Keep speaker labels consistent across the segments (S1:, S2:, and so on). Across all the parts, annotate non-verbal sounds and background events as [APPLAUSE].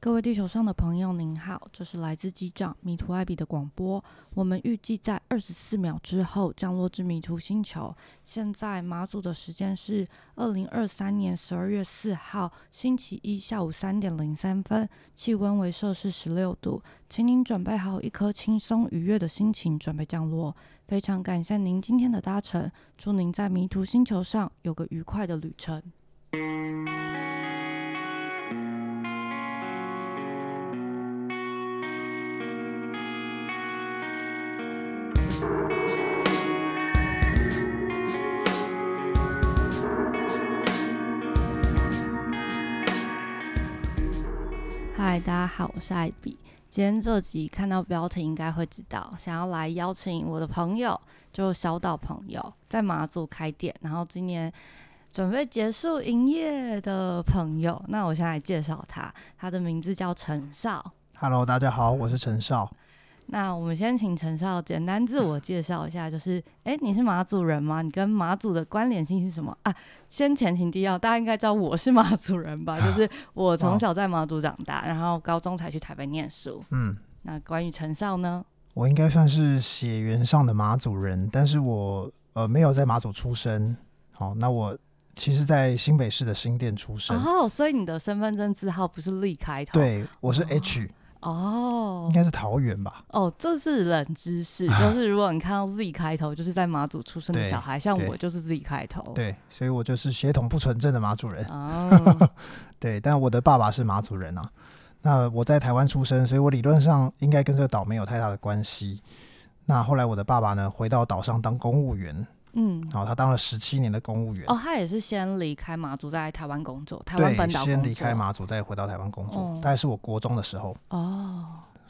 S1: 各位地球上的朋友，您好，这是来自机长迷途艾比的广播。我们预计在二十四秒之后降落至迷途星球。现在马祖的时间是二零二三年十二月四号星期一下午三点零三分，气温为摄氏十六度。请您准备好一颗轻松愉悦的心情，准备降落。非常感谢您今天的搭乘，祝您在迷途星球上有个愉快的旅程。嗨，大家好，我是艾比。今天这集看到标题应该会知道，想要来邀请我的朋友，就是小岛朋友，在马祖开店，然后今年准备结束营业的朋友。那我先来介绍他，他的名字叫陈少。
S2: Hello，大家好，我是陈少。
S1: 那我们先请陈少简单自我介绍一下，就是，诶，你是马祖人吗？你跟马祖的关联性是什么啊？先前情提要，大家应该知道我是马祖人吧？就是我从小在马祖长大，然后高中才去台北念书。
S2: 嗯，
S1: 那关于陈少呢？
S2: 我应该算是血缘上的马祖人，但是我呃没有在马祖出生。好、那我其实，在新北市的新店出生。
S1: 哦，所以你的身份证字号不是立开头。。
S2: 对，我是 H，、
S1: 哦
S2: 应该是桃园吧？
S1: 哦，这是冷知
S2: [LAUGHS]
S1: 识，就是如果你看到 Z 开头，就是在马祖出生的
S2: 对
S1: 小孩，像
S2: 对
S1: 我就是 Z 开头。。
S2: 对，所以我就是血统不纯正的马祖人。
S1: 哦，
S2: 对，但我的爸爸是马祖人啊。那我在台湾出生，所以我理论上应该跟这个岛没有太大的关系。那后来我的爸爸呢，回到岛上当公务员，
S1: 嗯。
S2: [LAUGHS] 然后他当了十七年的公务员。
S1: 哦，他也是先离开马祖，在台湾工作，台湾
S2: 对
S1: 本，岛
S2: 先
S1: 工
S2: 离开
S1: 作
S2: 马祖，再回到台湾工作。
S1: 哦
S2: 大概是我国中的时候
S1: 哦，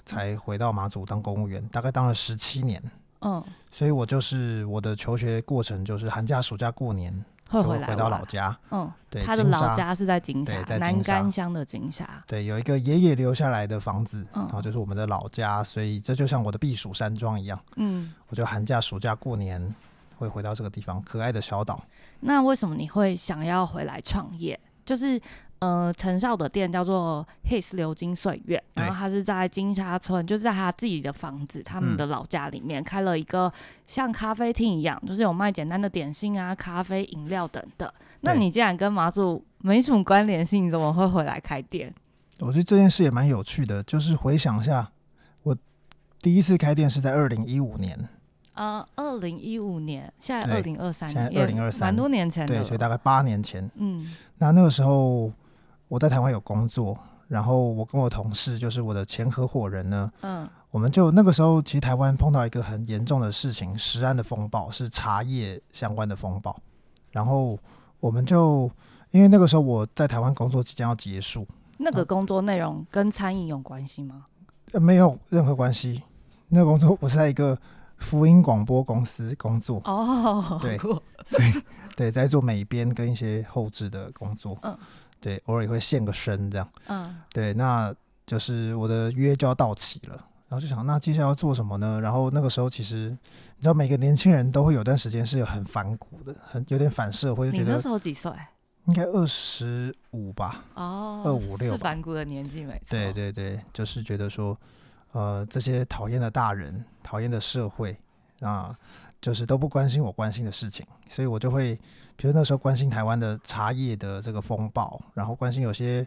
S2: 才回到马祖当公务员，大概当了十七年。
S1: 嗯，
S2: 所以我就是我的求学过程，就是寒假、暑假、过年
S1: 会
S2: 就
S1: 回
S2: 会
S1: 来
S2: 回到
S1: 玩
S2: 老家。
S1: 嗯，
S2: 对，
S1: 他的
S2: 金
S1: 老
S2: 沙。
S1: 家是在金
S2: 对
S1: 沙，
S2: 在
S1: 南
S2: 金沙
S1: 干乡的金沙。
S2: 对，有一个爷爷留下来的房子，
S1: 嗯
S2: 然后就是我们的老家，所以这就像我的避暑山庄一样，
S1: 嗯，
S2: 我就寒假、暑假、过年会回到这个地方，可爱的小岛。
S1: 那为什么你会想要回来创业？就是呃，陈少的店叫做 His 流金岁月，
S2: 对
S1: 然后他是在金沙村，就是在他自己的房子，他们
S2: 嗯
S1: 的老家里面、开了一个像咖啡厅一样，就是有卖简单的点心啊、咖啡、饮料等等。那
S2: 对
S1: 你既然跟马祖没什么关联性，你怎么会回来开店？
S2: 我觉得这件事也蛮有趣的，就是回想一下，我第一次开店是在二零一五年，
S1: 呃，二零一五年，现在二
S2: 对
S1: 零二三
S2: 现在
S1: 年，也
S2: 2023
S1: 蛮多年前的哦
S2: 对，
S1: 了。
S2: 所以大概八年前。
S1: 嗯
S2: 那那个时候我在台湾有工作，然后我跟我同事，就是我的前合伙人呢，
S1: 嗯
S2: 我们就那个时候其实台湾碰到一个很严重的事情，食安的风暴是茶叶相关的风暴，然后我们就因为那个时候我在台湾工作即将要结束，
S1: 那个
S2: 啊
S1: 工作内容跟餐饮有关系吗？
S2: 呃没有任何关系，那个工作我是在一个福音广播公司工作，
S1: 哦， [LAUGHS]
S2: 对
S1: 酷
S2: 对，在做美编跟一些后置的工作，
S1: 嗯，
S2: 对，偶尔也会现个身这样。
S1: 嗯
S2: 对，那就是我的约就要到期了，然后就想那接下来要做什么呢？然后那个时候其实你知道，每个年轻人都会有段时间是有很反骨的，很有点反社会，就
S1: 你
S2: 觉
S1: 那
S2: 得
S1: 时候几岁？
S2: 应该二十五吧。
S1: 哦，
S2: 256
S1: 是
S2: 吧
S1: 反骨的年纪，没错。
S2: 对对对，就是觉得说，呃，这些讨厌的大人、讨厌的社会啊，就是都不关心我关心的事情，所以我就会，比如那时候关心台湾的茶叶的这个风暴，然后关心有些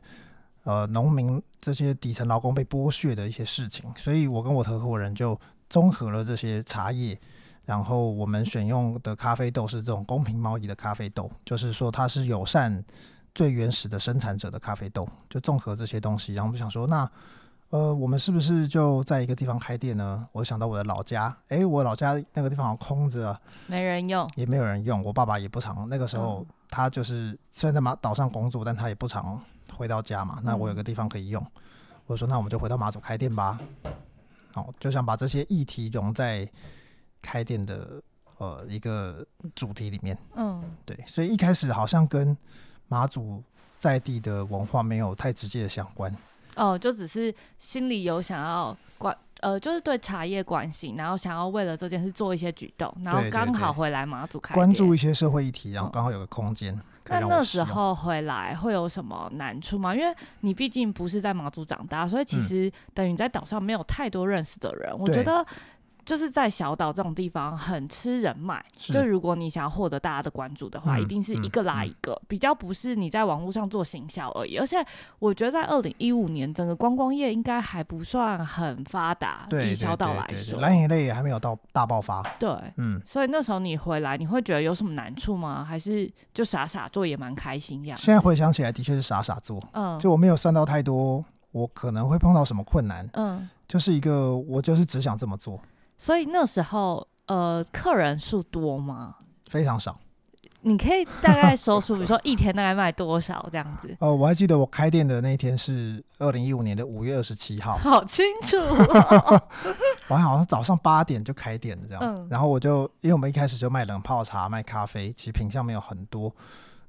S2: 呃农民这些底层劳工被剥削的一些事情，所以我跟我合伙人就综合了这些茶叶。然后我们选用的咖啡豆是这种公平贸易的咖啡豆，就是说它是友善最原始的生产者的咖啡豆，就综合这些东西。然后我们想说，那呃，我们是不是就在一个地方开店呢？我想到我的老家，诶，我老家那个地方好像空着啊，
S1: 没人用。
S2: 也没有人用。我爸爸也不常，那个时候
S1: 嗯
S2: 他就是虽然在马岛上工作，但他也不常回到家嘛。那我有个地方可以用，我说那我们就回到马祖开店吧。好，就想把这些议题融在开店的呃一个主题里面。
S1: 嗯，
S2: 对，所以一开始好像跟马祖在地的文化没有太直接的相关。
S1: 哦，就只是心里有想要关，呃，就是对茶叶关心，然后想要为了这件事做一些举动，然后
S2: 对对
S1: 刚好
S2: 对
S1: 回来马祖开
S2: 关
S1: 店
S2: 注一些社会议题，然后
S1: 嗯
S2: 刚好有个空间，可以
S1: 那
S2: 让
S1: 那
S2: 我
S1: 时
S2: 使用。
S1: 候回来会有什么难处吗？因为你毕竟不是在马祖长大，所以其
S2: 嗯
S1: 实等于在岛上没有太多认识的人。我觉
S2: 对
S1: 得就是在小岛这种地方很吃人脉，
S2: 是
S1: 就如果你想要获得大家的关注的话，
S2: 嗯
S1: 一定是一
S2: 嗯
S1: 个拉
S2: 嗯
S1: 一个，比较不是你在网络上做行销而已。而且我觉得在二零一五年，整个观光业应该还不算很发达，
S2: 对
S1: 以
S2: 对
S1: 小岛
S2: 对
S1: 来
S2: 对
S1: 说
S2: 对，，蓝眼泪也还没有到大爆发。
S1: 对。
S2: 嗯，
S1: 所以那时候你回来，你会觉得有什么难处吗？还是就傻傻做也蛮开心这样？
S2: 现在回想起来的确是傻傻做，
S1: 嗯，
S2: 就我没有算到太多，我可能会碰到什么困难，
S1: 嗯，
S2: 就是一个我就是只想这么做，
S1: 所以那时候呃，客人数多吗？
S2: 非常少。，
S1: 你可以大概说出，比如说一天大概卖多少这样子
S2: 呃，我还记得我开店的那一天是二零一五年的五月二十七号，
S1: 好清楚哦、
S2: 我好像早上八点就开店了这样，
S1: 嗯
S2: 然后我就因为我们一开始就卖冷泡茶、卖咖啡，其实品相没有很多，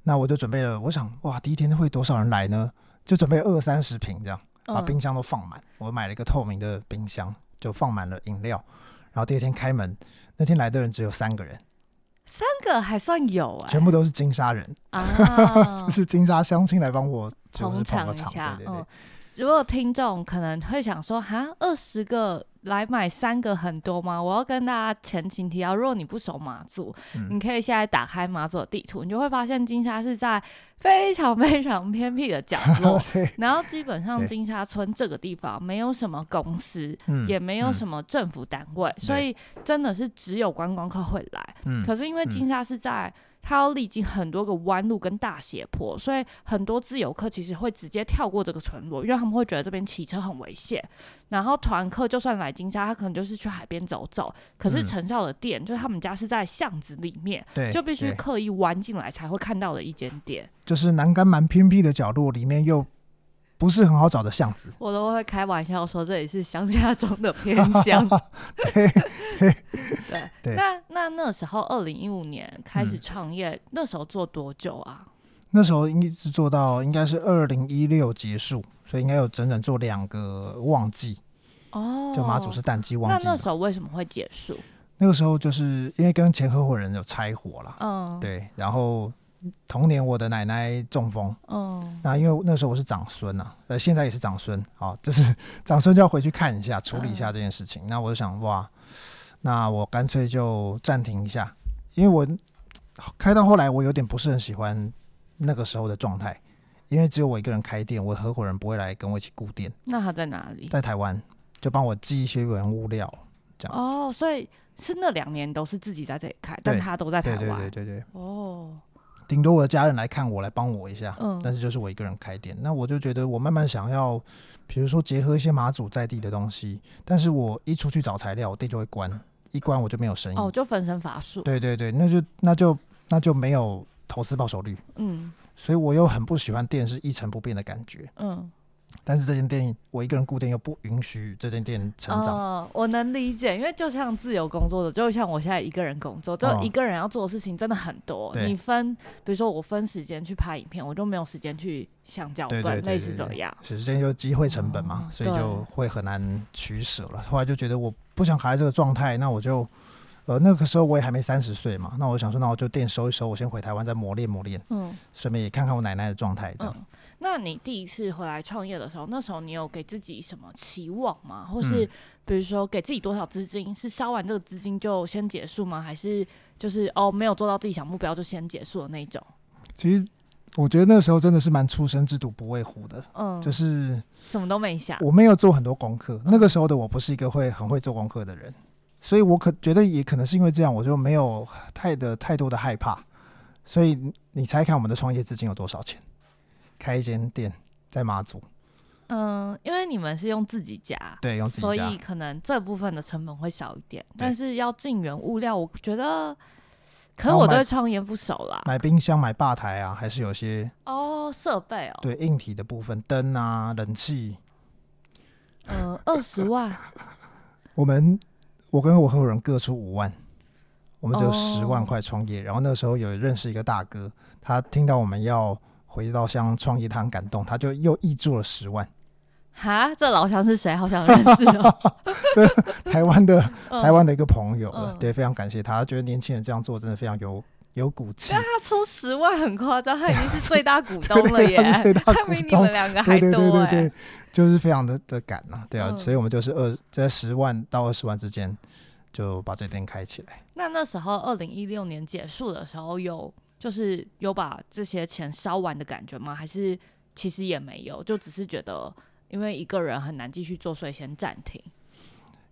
S2: 那我就准备了，我想哇，第一天会多少人来呢？就准备二三十瓶这样， [LAUGHS] 把冰
S1: 嗯，
S2: 箱都放满。我买了一个透明的冰箱，就放满了饮料。然后第二天开门，那天来的人只有三个人，
S1: 三个还算有哎、
S2: 全部都是金沙人，
S1: 啊，
S2: [LAUGHS] 就是金沙乡亲来帮我就
S1: 捧
S2: 是捧个
S1: 场一
S2: 场，
S1: 下，
S2: 对对对。 [LAUGHS]
S1: 嗯。如果听众可能会想说，哈，二十个来买三个很多吗？我要跟大家前情提要，如果你不熟马祖，
S2: 嗯
S1: 你可以现在打开马祖的地图，你就会发现金沙是在非常非常偏僻的角
S2: [LAUGHS]
S1: 落，
S2: 对，
S1: 然后基本上
S2: 对
S1: 金沙村这个地方没有什么公司，
S2: 嗯
S1: 也没有
S2: 嗯
S1: 什么政府单位，所以真的是只有观光客会来。
S2: 嗯
S1: 可是因为金沙是在它要历经很多个弯路跟大斜坡，所以很多自由客其实会直接跳过这个村落，因为他们会觉得这边骑车很危险。然后团客就算来金沙，他可能就是去海边走走。可是
S2: 嗯
S1: 陈少的店，就是他们家是在巷子里面，
S2: 对，
S1: 就必须
S2: 对
S1: 刻意弯进来才会看到的一间店。
S2: 就是栏杆蛮偏僻的角落，里面又不是很好找的巷子。
S1: 我都会开玩笑说这里是乡下中的偏 [LAUGHS] 乡。对
S2: 对
S1: 那那那时候二零一五年开始
S2: 嗯
S1: 创业，那时候做多久啊？
S2: 那时候一直做到应该是二零一六结束，所以应该有整整做两个旺季，
S1: 哦，
S2: 就马祖是淡季旺
S1: 那
S2: 季嘛。
S1: 那时候为什么会结束？
S2: 那个时候就是因为跟前合伙人有拆伙啦，
S1: 嗯，，
S2: 对，然后同年我的奶奶中风，
S1: 嗯，
S2: 那因为那时候我是长孙呐、呃，现在也是长孙，好、就是 [LAUGHS] 长孙就要回去看一
S1: 嗯
S2: 下，处理一下这件事情。那我就想，哇，那我干脆就暂停一下，因为我开到后来，我有点不是很喜欢那个时候的状态，因为只有我一个人开店，我的合伙人不会来跟我一起顾店，
S1: 那他在哪里？
S2: 在台湾就帮我寄一些原物料，
S1: 哦，所以是那两年都是自己在这里开，但他都在台
S2: 对
S1: 湾。
S2: 对对对对，
S1: 哦，
S2: 顶多我的家人来看我，来帮我一下，
S1: 嗯
S2: 但是就是我一个人开店，那我就觉得我慢慢想要，比如说结合一些马祖在地的东西，但是我一出去找材料，我店就会关，一关我就没有生意。
S1: 哦，就分身乏术。
S2: 对对对，那就那就那就没有投资报酬率，
S1: 嗯
S2: 所以我又很不喜欢店是一成不变的感觉。
S1: 嗯，
S2: 但是这间店我一个人固定又不允许这间店成长，
S1: 哦，我能理解，因为就像自由工作者，就像我现在一个人工作，就
S2: 哦
S1: 一个人要做的事情真的很多。
S2: 对
S1: 你分，比如说我分时间去拍影片，我就没有时间去想脚
S2: 对
S1: 本，
S2: 对对对
S1: 类似这样。
S2: 时间就机会成本嘛，
S1: 哦
S2: 所以
S1: 对
S2: 就会很难取舍了。后来就觉得我不想卡在这个状态，那我就，呃，那个时候我也还没三十岁嘛，那我想说，那我就店收一收，我先回台湾再磨练磨练，
S1: 嗯
S2: 顺便也看看我奶奶的状态这样。
S1: 嗯，那你第一次回来创业的时候，那时候你有给自己什么期望吗？或是
S2: 嗯
S1: 比如说给自己多少资金？是烧完这个资金就先结束吗？还是就是哦没有做到自己想目标就先结束的那种？
S2: 其实我觉得那个时候真的是蛮出生之犊不畏虎的，
S1: 嗯，
S2: 就是
S1: 什么都没想。
S2: 我没有做很多功课，
S1: 嗯
S2: 那个时候的我不是一个会很会做功课的人，所以我可觉得也可能是因为这样，我就没有太的太多的害怕。所以你你猜看我们的创业资金有多少钱？开一间店在马祖，
S1: 嗯，因为你们是用自己家，
S2: 对，用自己
S1: 所
S2: 家
S1: 以，啊可能这部分的成本会少一点，但是要进原物料，我觉得，可是
S2: 然后
S1: 我对
S2: 买
S1: 创业不熟啦。
S2: 买冰箱、买吧台啊，还是有些
S1: 哦，设备哦，
S2: 对硬体的部分，灯啊、冷气。
S1: 嗯，二十万，
S2: 我们我跟我合伙人各出五万，我们只有
S1: 哦
S2: 十万块创业。然后那时候有认识一个大哥，他听到我们要回到乡创业，他很感动，他就又挹注了十万。 [LAUGHS]
S1: 哈，这老乡是谁？好想认识哦。
S2: 台湾的
S1: 嗯
S2: 台湾的一个朋友了，
S1: 嗯
S2: 对，非常感谢他，觉得年轻人这样做真的非常有有骨气
S1: 但。他出十万很夸张，他已经是最大股东了
S2: [LAUGHS] 对
S1: 耶，
S2: 他是最大股
S1: 比你
S2: 东
S1: 们两个 [LAUGHS] 还
S2: 对对对
S1: 多
S2: 对
S1: 哎
S2: 对。，就是非常的的赶呐、对啊，
S1: 嗯
S2: 所以我们就是二在十万到二十万之间就把这店开起来。
S1: 那那时候二零一六年结束的时候有就是有把这些钱烧完的感觉吗？还是其实也没有，就只是觉得因为一个人很难继续做，所以先暂停。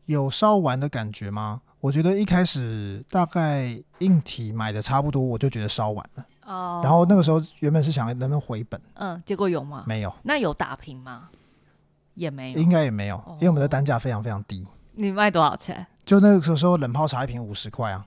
S2: 有烧完的感觉吗？我觉得一开始大概硬体买的差不多，我就觉得烧完了。
S1: 哦
S2: 然后那个时候原本是想能不能回本，
S1: 嗯，结果有吗？
S2: 没有，
S1: 那有打平吗？也没有
S2: 应。该也没有，因为我们的
S1: 哦
S2: 单价非常非常低。
S1: 你卖多少钱？
S2: 就那个时候冷泡茶一瓶五十块啊，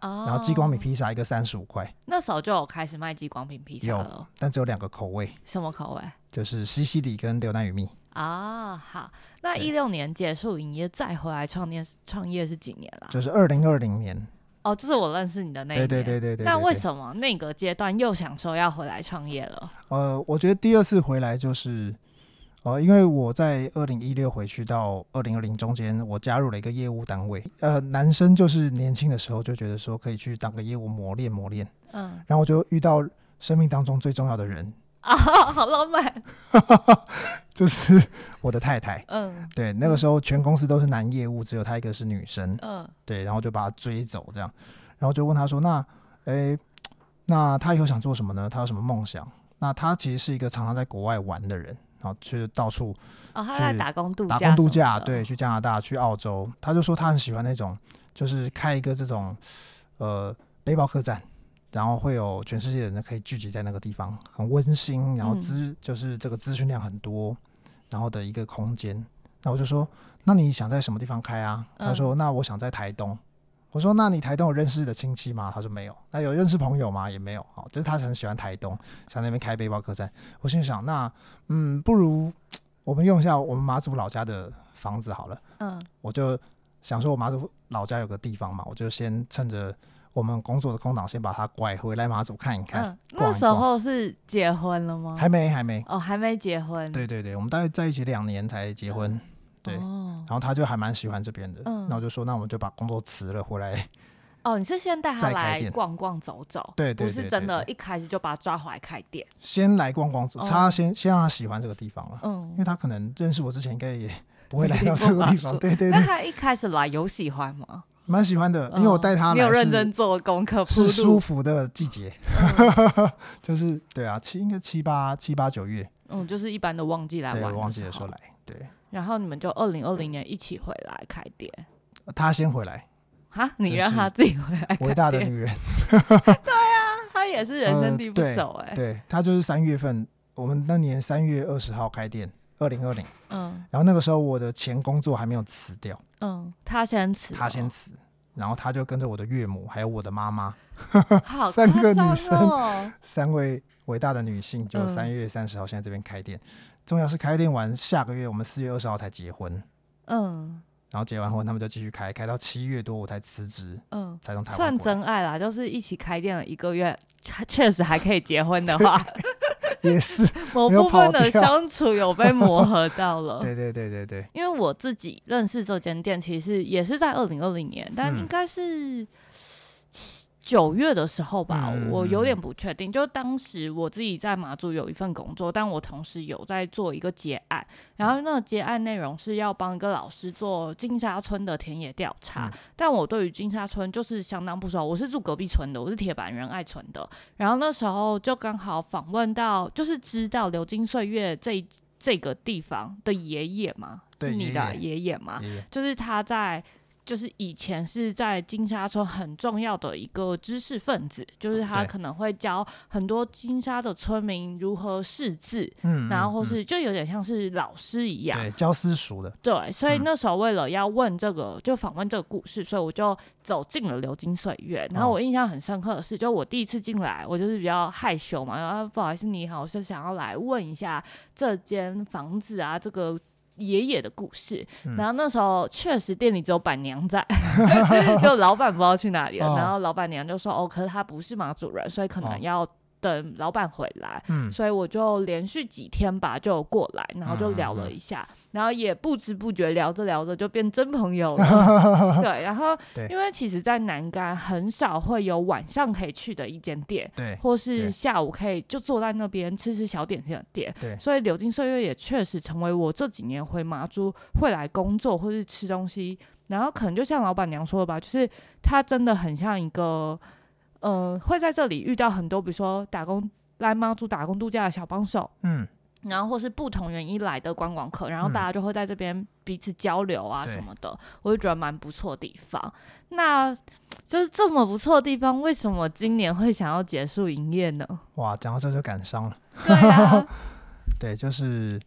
S1: 哦
S2: 然后激光米披萨一个三十五块，
S1: 那时候就有开始卖激光饼披萨
S2: 有
S1: 了，
S2: 但只有两个口味，
S1: 什么口味？
S2: 就是西西里跟牛奶与蜜。
S1: 啊，好，那
S2: 对
S1: 一六年结束营业再回来创业，创业是几年啦？
S2: 就是二零二零年，
S1: 哦，就是我认识你的那一
S2: 对
S1: 年。
S2: 对对对对。
S1: 那
S2: 对
S1: 为
S2: 对
S1: 什么那个阶段又想说要回来创业了？
S2: 呃，我觉得第二次回来就是，呃，因为我在二零一六回去到二零二零中间，我加入了一个业务单位。呃，男生就是年轻的时候就觉得说可以去当个业务磨练磨练，
S1: [LAUGHS] 嗯，
S2: 然后我就遇到生命当中最重要的人， [LAUGHS]
S1: 啊，好浪漫。
S2: 就是我的太太。
S1: 嗯
S2: 对，那个时候全公司都是男业务，只有她一个是女生。
S1: 嗯
S2: 对，然后就把她追走这样，然后就问她说：“那，诶，那她以后想做什么呢？她有什么梦想？”那她其实是一个常常在国外玩的人，然后去到处
S1: 哦，他在
S2: 去
S1: 打工度假，
S2: 打工度假，对，，去加拿大、去澳洲，他就说他很喜欢那种，就是开一个这种呃背包客栈，然后会有全世界的人可以聚集在那个地方，很温馨，然后
S1: 嗯
S2: 资、就是这个资讯量很多，然后的一个空间。那我就说，那你想在什么地方开啊？他说，那我想在台东。我说，那你台东有认识的亲戚吗？他说没有。那有认识朋友吗？也没有。好，就是他很喜欢台东，想在那边开背包客栈。我心里想，那嗯，不如我们用一下我们马祖老家的房子好了。
S1: 嗯
S2: 我就想说，我马祖老家有个地方嘛，我就先趁着我们工作的空档，先把它拐回来马祖看一看。
S1: 嗯，那时
S2: 逛
S1: 候是结婚了吗？
S2: 还没，还没。
S1: 哦，还没结婚。
S2: 对对对，我们大概在一起两年才结婚。对，
S1: 哦
S2: 然后他就还蛮喜欢这边的。
S1: 嗯
S2: 那我就说，那我们就把工作辞了回来。 [LAUGHS]
S1: 哦，你是先带他
S2: 再开
S1: 来
S2: 店
S1: 逛逛走走，
S2: 对对
S1: 不
S2: 对
S1: 是
S2: 对
S1: 真的，
S2: 对
S1: 一开始就把他抓回来开店。
S2: 先来逛逛，
S1: 哦
S2: 他先先让他喜欢这个地方了，因
S1: 嗯
S2: 为，他可能认识我之前应该也不会
S1: 一
S2: 来
S1: 定
S2: 到
S1: 不
S2: 这个
S1: 马
S2: 地
S1: 祖
S2: 方。对
S1: [LAUGHS]
S2: 对
S1: 那
S2: 对，
S1: 他一开始来有喜欢吗？
S2: 蛮喜欢的，呃因为我
S1: 嗯
S2: 带他
S1: 你
S2: 来
S1: 有认
S2: 是
S1: 真做功课铺
S2: 是舒
S1: 路，
S2: 服的季节， [LAUGHS] 就是对啊，七应该七八七八九月，
S1: 嗯，就是一般的旺季来
S2: 对，
S1: 玩，
S2: 我忘记的时候。来，对
S1: 然后你们就二零二零年一起回来开店，
S2: 他先
S1: [LAUGHS]
S2: 回来，
S1: 哈，你
S2: 真
S1: 让
S2: 是
S1: 他自己回来
S2: 伟
S1: 开
S2: 大的
S1: 店，
S2: 女人，
S1: 他也是 [LAUGHS] 人生地不
S2: 呃
S1: 熟哎，
S2: 对他就是三月份，我们那年三月二十号开店，二零二零，
S1: 嗯
S2: 然后那个时候我的前工作还没有辞掉，
S1: 嗯，他先哦吃，
S2: 他先辞，然后他就跟着我的岳母还有我的妈妈
S1: 好
S2: 三
S1: 夸
S2: 个
S1: 张
S2: 女生
S1: 哦
S2: 三位伟大的女性，就
S1: 嗯
S2: 三月三十号现在这边开店，重要是开店完下个月我们四月二十号才结婚，
S1: 嗯
S2: 然后结完婚他们就继续开，开到七月多我才辞职。
S1: 嗯，
S2: 才从台湾
S1: 算
S2: 过来
S1: 真爱啦，就是一起开店了一个月， [LAUGHS] 确确实还可以结婚的话，
S2: [LAUGHS] 也是，
S1: [LAUGHS] 某
S2: 没有
S1: 部分
S2: 跑
S1: 的
S2: 掉
S1: 相处有被磨合到了，
S2: [LAUGHS] 对对对对对，
S1: 因为我自己认识这间店，其实也是在二零二零年，但
S2: 嗯
S1: 应该是七九月的时候吧，
S2: 嗯嗯嗯
S1: 我有点不确定。就当时我自己在马祖有一份工作，但我同时有在做一个结案，然后那个结案内容是要帮一个老师做金沙村的田野调查，
S2: 嗯
S1: 但我对于金沙村就是相当不熟，我是住隔壁村的，我是铁板仁爱村的，然后那时候就刚好访问到，就是知道《流金岁月》这一这个地方的爷爷嘛，
S2: 对
S1: 是你的爷爷嘛，
S2: 爷爷
S1: 就是他在。就是以前是在金沙村很重要的一个知识分子，就是他
S2: 哦对
S1: 可能会教很多金沙的村民如何识字，
S2: 嗯，
S1: 然后或
S2: 嗯
S1: 是就有点像是老师一样，
S2: 对教私塾的，
S1: 对，所以
S2: 嗯
S1: 那时候为了要问这个，就访问这个故事，所以我就走进了流金岁月。
S2: 哦
S1: 然后我印象很深刻的是，就我第一次进来，我就是比较害羞嘛，然后不好意思，你好，我是想要来问一下这间房子啊，这个。爷爷的故事，
S2: 嗯
S1: 然后那时候确实店里只有板娘在， [LAUGHS] 就老板不知道去哪里了。
S2: 哦
S1: 然后老板娘就说：“哦，可是他不是马主人，所以可能
S2: 哦
S1: 要等老板回来，
S2: 嗯，
S1: 所以我就连续几天吧就有过来，然后就
S2: 嗯
S1: 聊了一下，然后也不知不觉聊着聊着就变真朋友
S2: [LAUGHS]
S1: 了。对，然后
S2: 对
S1: 因为其实，在南干很少会有晚上可以去的一间店，
S2: 对
S1: 或
S2: 对
S1: 是下午可以就坐在那边吃吃小点心的店。
S2: 对
S1: 所以流金岁月也确实成为我这几年回麻州会来工作或是吃东西，然后可能就像老板娘说的吧，就是它真的很像一个，呃，会在这里遇到很多，比如说打工来妈祖打工度假的小帮手，
S2: 嗯，
S1: 然后或是不同原因来的观光客，然后大家就会在这边彼此交流啊
S2: 对
S1: 什么的，我就觉得蛮不错的地方。那就是这么不错的地方，为什么今年会想要结束营业
S2: [LAUGHS]
S1: 呢？
S2: 哇，讲到这就感伤了。
S1: 对啊，
S2: 对，就是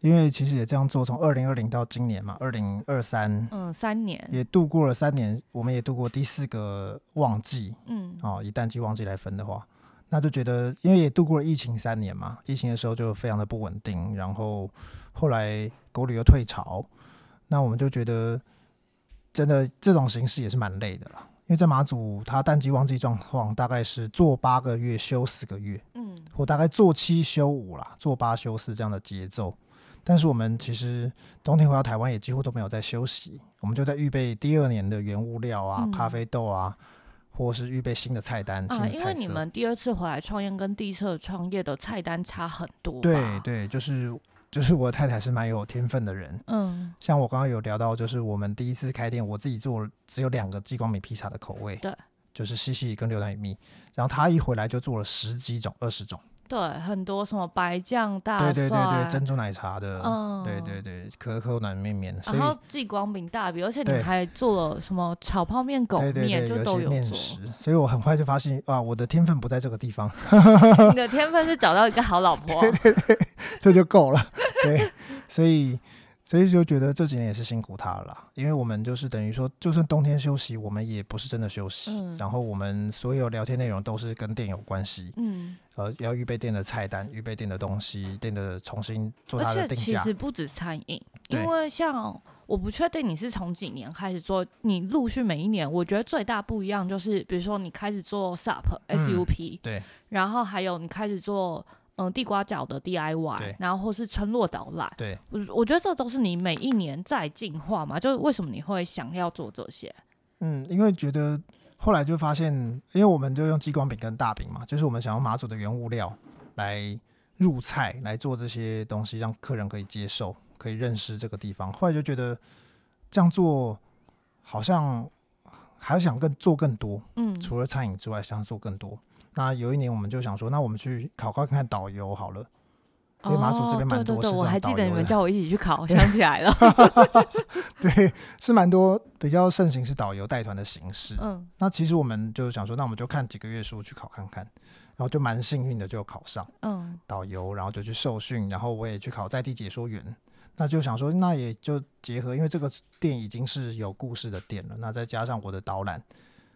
S2: 因为其实也这样做，从二零二零到今年嘛，二零二三
S1: 嗯，三年，
S2: 也度过了三年，我们也度过第四个旺季
S1: 嗯，
S2: 哦，以淡季旺季来分的话，那就觉得因为也度过了疫情三年嘛，疫情的时候就非常的不稳定，然后后来狗旅又退潮，那我们就觉得真的这种形式也是蛮累的了。因为在马祖，它淡季旺季状况大概是做八个月休四个月，
S1: 嗯，
S2: 我大概做七休五啦，做八休四这样的节奏。但是我们其实冬天回到台湾也几乎都没有在休息，我们就在预备第二年的原物料啊、
S1: 嗯
S2: 咖啡豆啊，或是预备新的菜单、新
S1: 啊，
S2: 的
S1: 因
S2: 菜
S1: 为你
S2: 色。
S1: 们第二次回来创业跟第一次创业的菜单差很多，
S2: 对，对，就是就是我太太是蛮有天分的人，
S1: 嗯，
S2: 像我刚刚有聊到，就是我们第一次开店，我自己做只有两个激光米披萨的口味，
S1: 对，
S2: 就是西西里跟牛奶米，然后他一回来就做了十几种、二十种，
S1: 对，很多什么白酱大
S2: 对
S1: 蒜，
S2: 对对对，珍珠奶茶的，
S1: 啊嗯，
S2: 对对。对，可可软绵绵，所以
S1: 然后继光饼大饼，而且你
S2: 对
S1: 还做了什么炒泡面、狗
S2: 对对
S1: 面，
S2: 对，有
S1: 就
S2: 一
S1: 都
S2: 些面
S1: 做。
S2: 食，所以我很快就发现啊，我的天分不在这个地方，
S1: 你的天分是找到一个好老婆，啊
S2: 这就够了。对，所以所以就觉得这几年也是辛苦他了啦，因为我们就是等于说，就算冬天休息，我们也不是真的休息。
S1: 嗯
S2: 然后我们所有聊天内容都是跟店有关系，
S1: 嗯，
S2: 呃，要预备店的菜单，预备店的东西，店的重新做它
S1: 而
S2: 的
S1: 且
S2: 定
S1: 其
S2: 价。
S1: 实不止餐饮，
S2: 对
S1: 因为像我不确定你是从几年开始做，你陆续每一年，我觉得最大不一样就是，比如说你开始做 SUP、
S2: 嗯
S1: SUP，
S2: 对
S1: 然后还有你开始做嗯、呃地瓜饺的
S2: 对
S1: DIY，然后或是村落导览，
S2: 对，
S1: 我我觉得这都是你每一年在进化嘛，就是为什么你会想要做这些？
S2: 嗯，因为觉得后来就发现，因为我们就用激光饼跟大饼嘛，就是我们想要马祖的原物料来入菜来做这些东西，让客人可以接受，可以认识这个地方。后来就觉得这样做好像还想更做更多，
S1: 嗯，
S2: 除了餐饮之外，想做更多。那有一年我们就想说，那我们去考考看看导游好了。 [LAUGHS] 因为马祖这边蛮多
S1: 哦、对对
S2: 是这
S1: 对，我
S2: 种
S1: 还记
S2: 导
S1: 得
S2: 游
S1: 你们
S2: 的
S1: 叫我一起去
S2: [LAUGHS]
S1: 考，我想起来了。
S2: 对，是蛮多比较盛行是导游带团的形式。
S1: 嗯
S2: 那其实我们就想说，那我们就看几个月书去考看看，然后就蛮幸运的就考上
S1: 嗯
S2: 导游，然后就去受训，然后我也去考在地解说员。那就想说，那也就结合，因为这个店已经是有故事的店了，那再加上我的导览，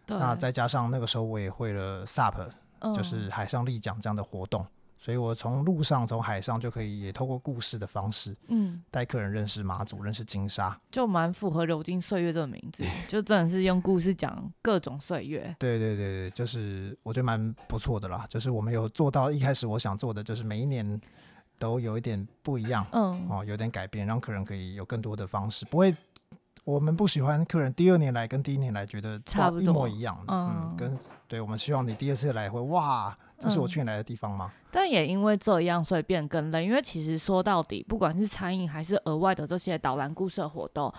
S1: 对，
S2: 那再加上那个时候我也会了 SUP，
S1: 嗯
S2: 就是海上立桨这样的活动，所以我从路上从海上就可以也透过故事的方式
S1: 嗯，
S2: 带客人认识马祖，认识金沙。
S1: 就蛮符合“流金岁月”这个名
S2: [LAUGHS]
S1: 字，就真的是用故事讲各种岁月。
S2: 对对对对，就是我觉得蛮不错的啦，就是我们有做到一开始我想做的，就是每一年都有一点不一样
S1: 嗯，
S2: 哦，有点改变，让客人可以有更多的方式，不会。我们不喜欢客人第二年来跟第一年来觉得
S1: 差
S2: 哇
S1: 不
S2: 一模
S1: 多
S2: 一样，嗯，
S1: 嗯
S2: 跟对我们希望你第二次来会哇，这是我
S1: 嗯
S2: 去年来的地方吗？
S1: 但也因为这样，所以变更累。因为其实说到底，不管是餐饮还是额外的这些导览故事的活动，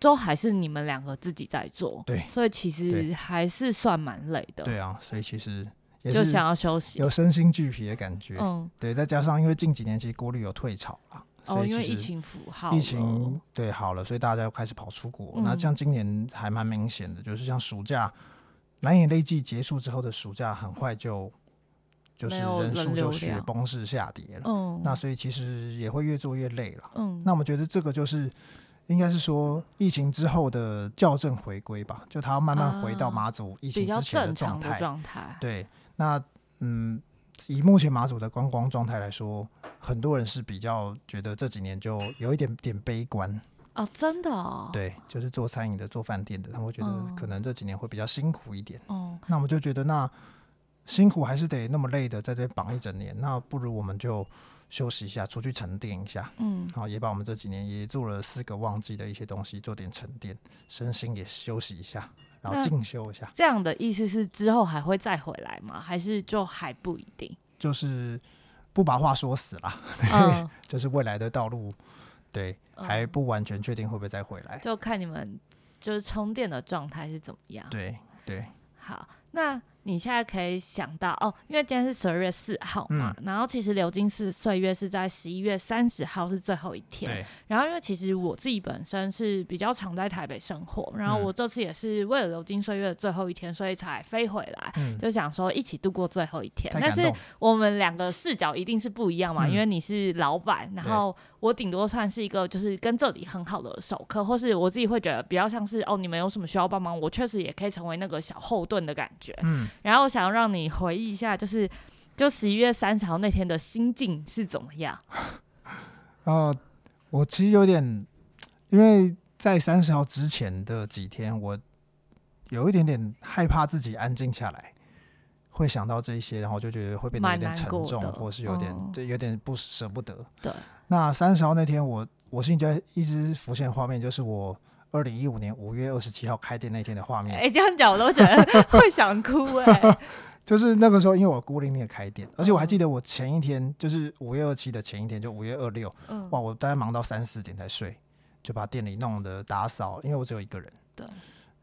S1: 都还是你们两个自己在做。
S2: 对
S1: 所以其
S2: 对
S1: 实还是算蛮累的。
S2: 对啊，所以其实也
S1: 就是想要休息
S2: 有。身心俱疲的感觉，
S1: 嗯，
S2: 对，再加上因为近几年其实国旅有退潮啦，所
S1: 哦，
S2: 以
S1: 因为
S2: 其
S1: 疫
S2: 实
S1: 情符号了，
S2: 疫情对好了，所以大家又开始跑出国。那
S1: 嗯
S2: 像今年还蛮明显的，就是像暑假蓝眼泪季结束之后的暑假，很快就就是
S1: 没有
S2: 人数
S1: 人
S2: 就
S1: 流
S2: 雪
S1: 量
S2: 崩式下跌了。
S1: 嗯，
S2: 那所以其实也会越做越累了。
S1: 嗯，
S2: 那我们觉得这个就是应该是说疫情之后的校正回归吧，就它要慢慢回到
S1: 啊
S2: 马祖疫情
S1: 比较
S2: 之前
S1: 正
S2: 状
S1: 常的
S2: 态。
S1: 状态。
S2: 对，那嗯，以目前马祖的观光状态来说，很多人是比较觉得这几年就有一点点悲观，
S1: 哦，真的哦。，
S2: 对，就是做餐饮的、做饭店的，他们会觉得
S1: 哦
S2: 可能这几年会比较辛苦一点。
S1: 哦，
S2: 那我们就觉得那。辛苦还是得那么累的在这边绑一整年，那不如我们就休息一下，出去沉淀一下。
S3: 嗯，
S2: 好，也把我们这几年也做了四个旺季的一些东西做点沉淀，身心也休息一下，然后
S1: 那
S2: 进修一下。
S1: 这样的意思是之后还会再回来吗？还是就还不一
S2: [LAUGHS]
S1: 定？
S2: 就是不把话说死啦，
S1: 嗯，
S2: 就是未来的道路，对，
S1: 嗯
S2: 还不完全确定会不会再回来。
S1: 就看你们就是充电的状态是怎么样。
S2: 对对，
S1: 好，那你现在可以想到哦，因为今天是十二月四号嘛，
S2: 嗯
S1: 然后其实流金是岁月是在十一月三十号是最后一天。
S2: 对，
S1: 然后因为其实我自己本身是比较常在台北生活，然后
S2: 嗯
S1: 我这次也是为了流金岁月的最后一天，所以才飞回来。
S2: 嗯，
S1: 就想说一起度过最后一天，
S2: 太
S1: 但
S2: 感
S1: 是
S2: 动。
S1: 我们两个视角一定是不一样嘛，
S2: 嗯
S1: 因为你是老板，然
S2: 对
S1: 后我顶多算是一个就是跟这里很好的首客，或是我自己会觉得比较像是哦，你们有什么需要帮忙，我确实也可以成为那个小后盾的感觉。
S2: 嗯，
S1: 然后我想让你回忆一下，就是就十一月三十号那天的心境是怎么样？
S2: 然后哦我其实有点，因为在三十号之前的几天，我有一点点害怕自己安静下来，会想到这一些，然后就觉得会变得有
S1: 蛮
S2: 点
S1: 难
S2: 沉
S1: 过
S2: 重，
S1: 的
S2: 或是有点
S3: 哦
S2: 对，有点不舍不得。
S1: 对，
S2: 那三十号那天我，我心里就一直浮现画面，就是我二零一五年五月二十七号开店那天的画面。
S1: 哎、这样讲我都觉得会想哭哎、
S2: 就是那个时候，因为我孤零零的开店，而且我还
S1: 嗯
S2: 记得我前一天，就是五月二七的前一天，就五月二六， [LAUGHS]
S1: 嗯，
S2: 哇，我大概忙到三四点才睡，就把店里弄得打扫，因为我只有一个人。
S1: 对。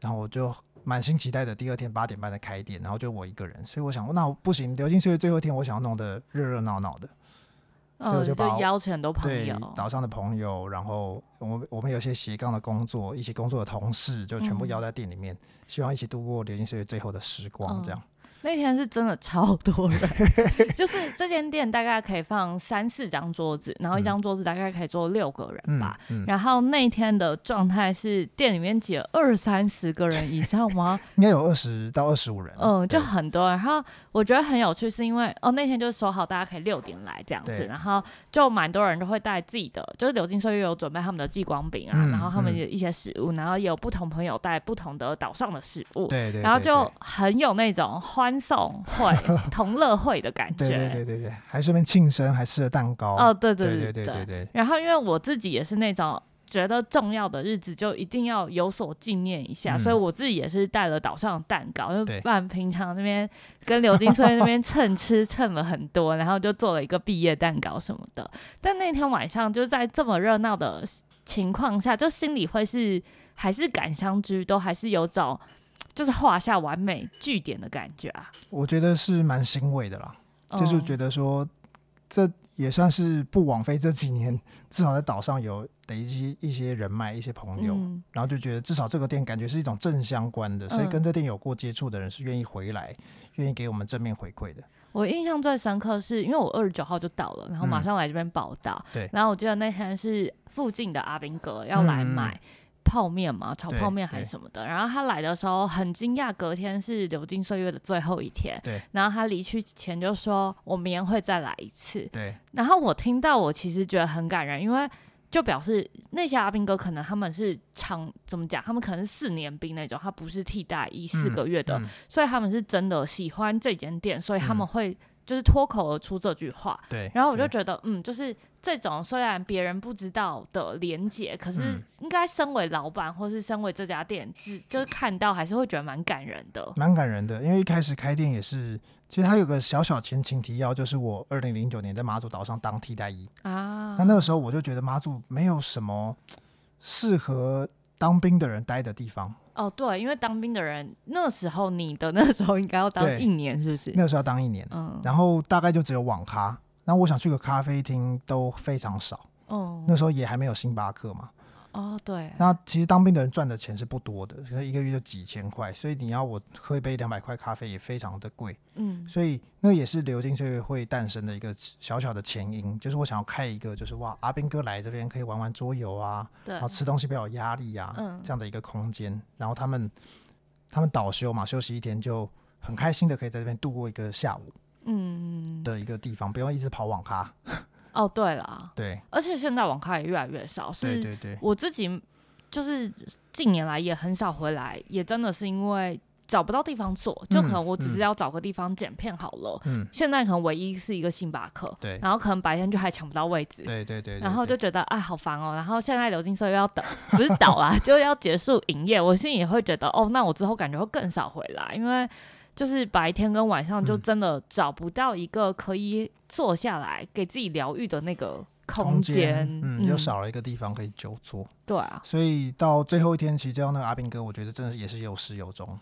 S2: 然后我就满心期待的第二天八点半的开店，然后就我一个人，所以我想，那我不行，流金岁月最后一天，我想要弄得热热闹闹的。所以我
S1: 嗯，
S2: 就
S1: 就
S2: 把我
S1: 邀请很多朋
S2: 对
S1: 友，
S2: 岛上的朋友，然后我们我们有一些斜杠的工作，一起工作的同事，就全部
S1: 嗯
S2: 邀在店里面，希望一起度过流金岁月最后的时
S1: 嗯
S2: 光，这样。
S1: 那天是真的超多
S2: [LAUGHS]
S1: 人，就是这间店大概可以放三四张桌子，然后一张桌子大概可以坐六个人
S2: 嗯
S1: 吧。
S2: 嗯，
S1: 然后那天的状态是店里面挤了二三十个人以上吗？
S2: [LAUGHS] 应该有二十到二十五人。
S1: 嗯，就
S2: 哦对
S1: 很多。然后我觉得很有趣，是因为哦那天就说好大家可以六点来这样子
S2: 对，
S1: 然后就蛮多人都会带自己的，就是流金岁月有准备他们的寄光饼啊，
S2: 嗯
S1: 然后他们
S2: 嗯
S1: 的一些食物，然后也有不同朋友带不同的岛上的食物。
S2: 对对，
S1: 然后
S2: 对
S1: 就很有那种欢送
S2: [LAUGHS]
S1: 会、同乐会的感觉。
S2: 对对对对对，还顺便庆生，还吃了蛋糕。
S1: 哦，对
S2: 对
S1: 对
S2: 对对对，
S1: 然后因为我自己也是那种。觉得重要的日子就一定要有所纪念一下，
S2: 嗯
S1: 所以我自己也是带了岛上的蛋糕，因
S2: 对
S1: 为不然平常那边跟刘金穗那边蹭吃蹭了很多，然后就做了一个毕业蛋糕什么的。但那天晚上就在这么热闹的情况下，就心里会是还是感伤居多，还是有种就是画下完美句点的感觉啊。嗯
S2: 我觉得是蛮欣慰的啦，就是觉得说这也算是不枉费这几年，至少在岛上有累积一些人脉、一些朋友，
S1: 嗯
S2: 然后就觉得至少这个店感觉是一种正相关的，所以
S1: 嗯
S2: 跟这店有过接触的人是愿意回来，愿意给我们正面回馈的。
S1: 我印象最深刻是因为我二十九号就到了，然后马
S2: 嗯
S1: 上来这边报道。
S2: 对嗯
S1: 然后我记得那天是附近的阿兵哥要来买泡面嘛，炒泡面还是什么的。然后他来的时候很惊讶，隔天是《流金岁月》的最后一天。
S2: 对
S1: 然后他离去前就说：“我明天会再来一次。”
S2: 对，
S1: 然后我听到，我其实觉得很感人，因为就表示那些阿兵哥可能他们是长怎么讲，他们可能是四年兵那种，他不是替代役四
S2: 嗯
S1: 个月的，
S2: 嗯
S1: 所以他们是真的喜欢这间店，所以他
S2: 嗯
S1: 们会就是脱口而出这句话。
S2: 对。
S1: 然后我就
S2: 对
S1: 觉得，嗯，就是这种虽然别人不知道的连结，可是
S2: 嗯
S1: 应该身为老板或是身为这家店，只就是看到还是会觉得蛮感人的。
S2: 蛮感人的，因为一开始开店也是，其实它有个小小前情提要，就是我二零零九年在马祖岛上当替代役，
S1: 啊
S2: 那那个时候我就觉得马祖没有什么适合当兵的人待的地方，
S1: 哦，对，因为当兵的人那时候你的那时候应该要当
S2: 对
S1: 一年，是不是？
S2: 那个时候要当一年，
S1: 嗯，
S2: 然后大概就只有网咖，然后我想去个咖啡厅都非常少，
S1: 哦
S2: 那时候也还没有星巴克嘛。
S1: 哦，对，
S2: 那其实当兵的人赚的钱是不多的，可能一个月就几千块，所以你要我喝一杯两百块咖啡也非常的贵，
S1: 嗯，
S2: 所以那也是流金岁月会诞生的一个小小的前因，就是我想要开一个，就是哇，阿兵哥来这边可以玩玩桌游啊，
S1: 对
S2: 然后，吃东西不要有压力啊，
S1: 嗯
S2: 这样的一个空间。然后他们他们倒休嘛，休息一天就很开心的可以在这边度过一个下午
S1: 嗯，
S2: 的一个地方，不用一直跑网咖。
S1: 哦，对啦，
S2: 对，
S1: 而且现在网咖也越来越少，
S2: 对
S1: 是
S2: 对对，
S1: 我自己就是近年来也很少回来，也真的是因为找不到地方做，就可能
S2: 嗯
S1: 我只是
S2: 嗯
S1: 要找个地方剪片好了。
S2: 嗯，
S1: 现在可能唯一是一个星巴克，
S2: 对
S1: 然后可能白天就还抢不到位置，
S2: 对对对，对
S1: 然后就觉
S2: 对
S1: 得啊好烦哦，然后现在流金社又要等，不是倒啦，就要结束营业，我心里也会觉得哦，那我之后感觉会更少回来，因为就是白天跟晚上就
S2: 嗯
S1: 真的找不到一个可以坐下来给自己疗愈的那个
S2: 空
S1: 间，
S2: 嗯，又少了一个地方可以久坐，
S1: 对啊，
S2: 所以到最后一天，其实叫那个阿兵哥，我觉得真的也是有始有终，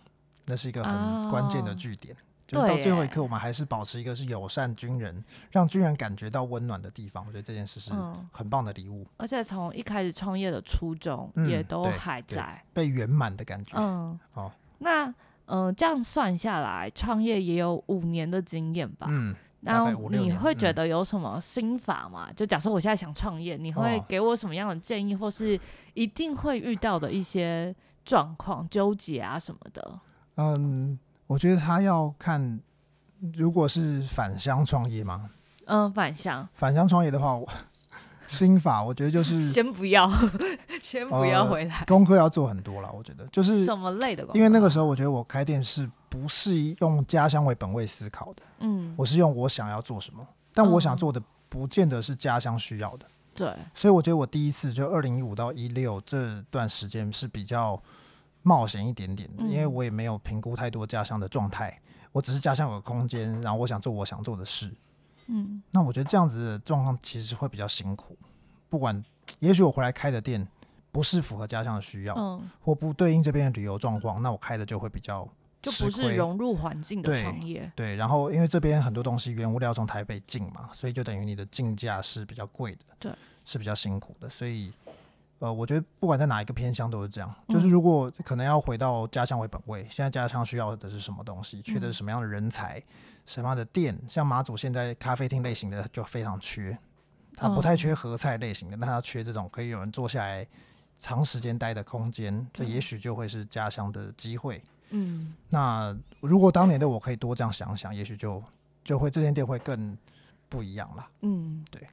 S2: 那是一个很关键的
S1: 哦
S2: 据点。就是到
S1: 对
S2: 最后一
S1: 耶
S2: 刻，我们还是保持一个是友善军人，让军人感觉到温暖的地方。我觉得这件事是
S1: 嗯，
S2: 很棒的礼物，
S1: 而且从一开始创业的初衷
S2: 嗯
S1: 也都
S2: 对
S1: 还
S2: 对
S1: 在，
S2: 被圆满的感觉。
S1: 嗯，
S2: 哦
S1: 那嗯、呃这样算下来，创业也有五年的经验吧？
S2: 嗯，大
S1: 那
S2: 概五六
S1: 你
S2: 年
S1: 会
S2: 嗯
S1: 觉得有什么心法吗？就假设我现在想创业，你会
S2: 哦
S1: 给我什么样的建议，或是一定会遇到的一些状况、纠结啊什么的？
S2: 嗯，我觉得他要看，如果是返乡创业嘛，
S1: 嗯，反向
S2: 返乡创业的话，我心法我觉得就
S1: [LAUGHS]
S2: 是
S1: 先不要，先不要回来，
S2: 功课要做很多啦。我觉得呃就是
S1: 什么类的工作？
S2: 因为那个时候，我觉得我开店是不是用家乡为本位思考的？
S1: 嗯，
S2: 我是用我想要做什么，但我想
S1: 嗯
S2: 做的不见得是家乡需要的。
S1: 对，
S2: 所以我觉得我第一次就二零一五到一六这段时间是比较冒险一点点的，因为
S1: 嗯
S2: 我也没有评估太多家乡的状态，我只是家乡有个空间，然后我想做我想做的事。
S1: 嗯
S2: 那我觉得这样子的状况其实会比较辛苦，不管也许我回来开的店不是符合家乡的需要，
S1: 嗯，
S2: 或不对应这边的旅游状况，那我开的就会比较
S1: 就
S2: 吃
S1: 不
S2: 亏
S1: 是融入环境的
S2: 对
S1: 创业，
S2: 对，然后因为这边很多东西原物料从台北进嘛，所以就等于你的进价是比较贵的，
S1: 对，
S2: 是比较辛苦的。所以，呃，我觉得不管在哪一个偏乡都是这样，就是如果可能要回到家乡为本位，现在家乡需要的是什么东西，缺的是什么样的人才，什么样的店，像马祖现在咖啡厅类型的就非常缺，它不太缺合菜类型的，但它缺这种可以有人坐下来长时间待的空间，这也许就会是家乡的机会。
S1: 嗯
S2: 那如果当年的我可以多这样想想，也许就就会这间店会更不一样啦。
S1: 嗯，
S2: 对。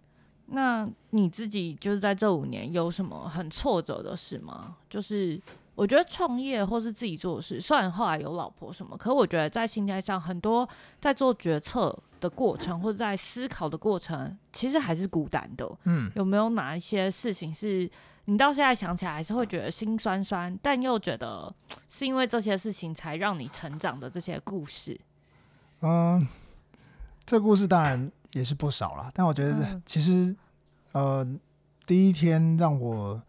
S1: 那你自己就是在这五年有什么很挫折的事吗？就是我觉得创业或是自己做事，虽然后来有老婆什么，可我觉得在心态上，很多在做决策的过程或者在思考的过程，其实还是孤单的。
S2: 嗯，
S1: 有没有哪一些事情是你到现在想起来还是会觉得心酸酸，但又觉得是因为这些事情才让你成长的这些故事？
S2: 嗯，这故事当然也是不少啦，但我觉得
S1: 嗯
S2: 其实、呃，第一天让我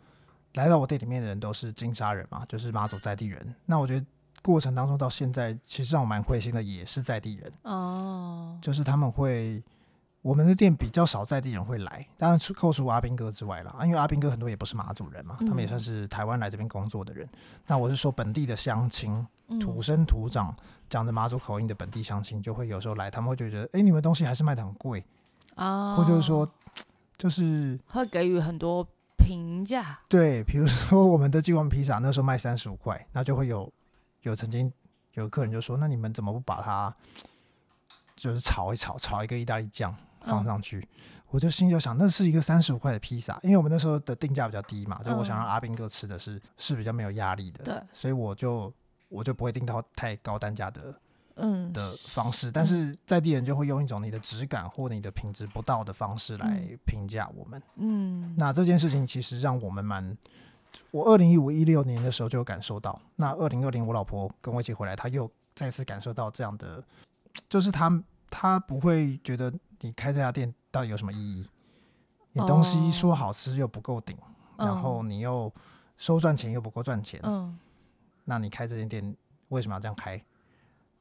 S2: 来到我店里面的人都是金沙人嘛，就是马祖在地人。那我觉得过程当中到现在，其实让我蛮会心的也是在地人，
S1: 哦，
S2: 就是他们会。我们的店比较少在地人会来，当然除扣除阿兵哥之外啦，啊因为阿兵哥很多也不是马祖人嘛，他们也
S1: 嗯
S2: 算是台湾来这边工作的人。那我是说本地的乡亲，
S1: 嗯
S2: 土生土长、讲着马祖口音的本地乡亲，就会有时候来，他们会就觉得，哎、你们东西还是卖的很贵，
S1: 啊，
S2: 或者是说，就是
S1: 会给予很多评价。
S2: 对，比如说我们的帝王披萨那时候卖三十五块，那就会有有曾经有客人就说，那你们怎么不把它就是炒一炒，炒一个意大利酱
S1: 嗯
S2: 放上去？我就心里就想，那是一个三十五块的披萨，因为我们那时候的定价比较低嘛，所以我想让阿兵哥吃的是是比较没有压力的，
S1: 嗯对，
S2: 所以我就我就不会定到太高单价的
S1: 嗯，
S2: 的方式，但是在地人就会用一种你的质感或你的品质不到的方式来
S1: 嗯
S2: 评价我们。
S1: 嗯，
S2: 那这件事情其实让我们蛮，我二零一五一六年的时候就有感受到，那二零二零我老婆跟我一起回来，她又再次感受到这样的，就是她她不会觉得你开这家店到底有什么意义，你东西
S1: 哦
S2: 说好吃又不够顶，然后你又收赚钱又不够赚钱，
S1: 嗯，
S2: 那你开这间店为什么要这样开？